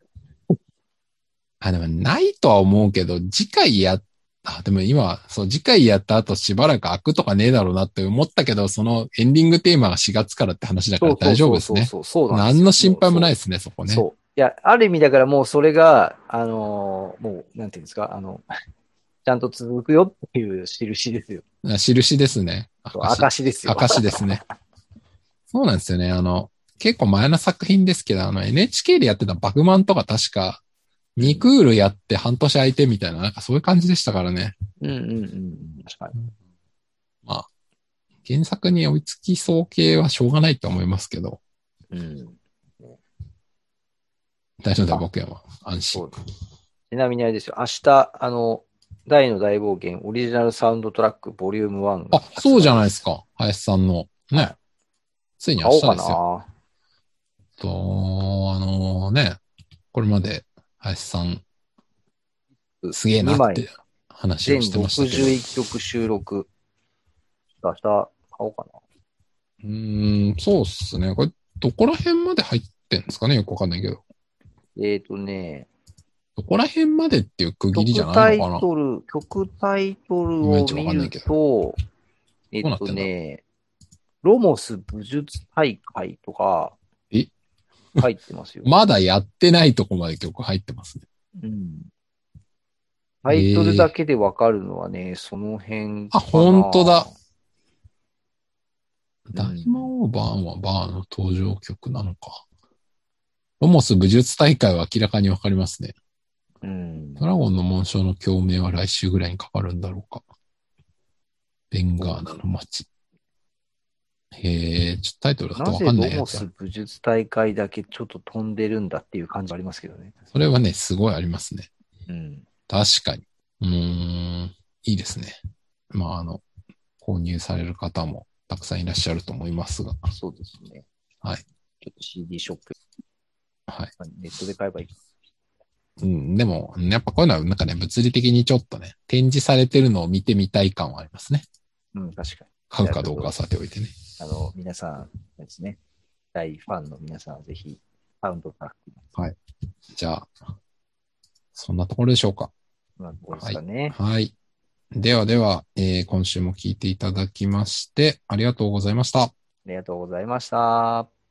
Speaker 1: あ、でもないとは思うけど、次回やっ、あ、でも今、そう、次回やった後しばらく開くとかねえだろうなって思ったけど、そのエンディングテーマが4月からって話だから大丈夫ですね。
Speaker 2: そうそうそうそうそうなんですよ
Speaker 1: 何の心配もないですね、そこね。
Speaker 2: そう。いや、ある意味だからもうそれが、あのーもう、なんていうんですか、あの、ちゃんと続くよっていう印ですよ。
Speaker 1: あ印ですね。証
Speaker 2: 証ですよ。
Speaker 1: 証ですね。そうなんですよね。あの、結構前の作品ですけど、あの NHK でやってたバグマンとか確か、2クールやって半年空いてみたいな、なんかそういう感じでしたからね。
Speaker 2: うんうんうんうん。確かに。
Speaker 1: 原作に追いつきそう系はしょうがないと思いますけど、
Speaker 2: うん。
Speaker 1: 大丈夫だ、僕らは。安
Speaker 2: そ
Speaker 1: 心
Speaker 2: う。ちなみにあれですよ、明日、あの、大の大冒険オリジナルサウンドトラックボリューム1が
Speaker 1: あ、そうじゃないですか。林さんの。ね。ついに
Speaker 2: 買
Speaker 1: 明
Speaker 2: お
Speaker 1: 日
Speaker 2: うか
Speaker 1: ですよ。
Speaker 2: な。
Speaker 1: と、あのね、これまで林さん、すげえなって話
Speaker 2: 全
Speaker 1: をしてましたけど。う
Speaker 2: 61曲収録。ちょっと明日買おうかな。
Speaker 1: ーん、そうっすね。これ、どこら辺まで入ってんですかねよくわかんないけど。
Speaker 2: えっ、ー、とね、
Speaker 1: どこら辺までっていう区切りじゃ
Speaker 2: 曲
Speaker 1: な
Speaker 2: タ
Speaker 1: い
Speaker 2: イ
Speaker 1: のかな
Speaker 2: トル、曲タイトル
Speaker 1: いま
Speaker 2: を
Speaker 1: いちわか
Speaker 2: 見
Speaker 1: んない
Speaker 2: る
Speaker 1: け
Speaker 2: と、え
Speaker 1: どうなっ
Speaker 2: っ
Speaker 1: てんだ
Speaker 2: とね、ロモス武術大会とか、
Speaker 1: え。
Speaker 2: 入ってますよ
Speaker 1: まだやってないとこまで曲入ってますね。
Speaker 2: うんタイトルだけでわかるのはね、その辺か
Speaker 1: あ
Speaker 2: な
Speaker 1: ほんとだ。
Speaker 2: ん
Speaker 1: ダイマオーバーはバーの登場曲なのか。ロモス武術大会は明らかにわかりますね。
Speaker 2: うん。
Speaker 1: ドラゴンの紋章の共鳴は来週ぐらいにかかるんだろうか。ベンガーナの街。へえ、ちょっとタイトルだと
Speaker 2: な
Speaker 1: わ
Speaker 2: ぜ
Speaker 1: か
Speaker 2: ロ
Speaker 1: んないや
Speaker 2: モ
Speaker 1: つだ
Speaker 2: ス。武術大会だけちょっと飛んでるんだっていう感じはありますけどね。
Speaker 1: それはね、すごいありますね。
Speaker 2: うん。
Speaker 1: 確かに。うーん、いいですね。まあ、あの、購入される方もたくさんいらっしゃると思いますが。
Speaker 2: そうですね。
Speaker 1: はい。
Speaker 2: ちょっと CD ショップ、
Speaker 1: はい。
Speaker 2: ネットで買えばいい。
Speaker 1: うん、でも、やっぱこういうのはなんかね、物理的にちょっとね、展示されてるのを見てみたい感はありますね。
Speaker 2: うん、確かに。
Speaker 1: 買うかどうかはさておいてね。
Speaker 2: あの、皆さんですね。大ファンの皆さんはぜひ、サウンドトラック
Speaker 1: じゃあ、そんなところでしょうか。
Speaker 2: のところですかね。
Speaker 1: はい。ではでは、えー今週も聞いていただきまして、ありがとうございました。
Speaker 2: ありがとうございました。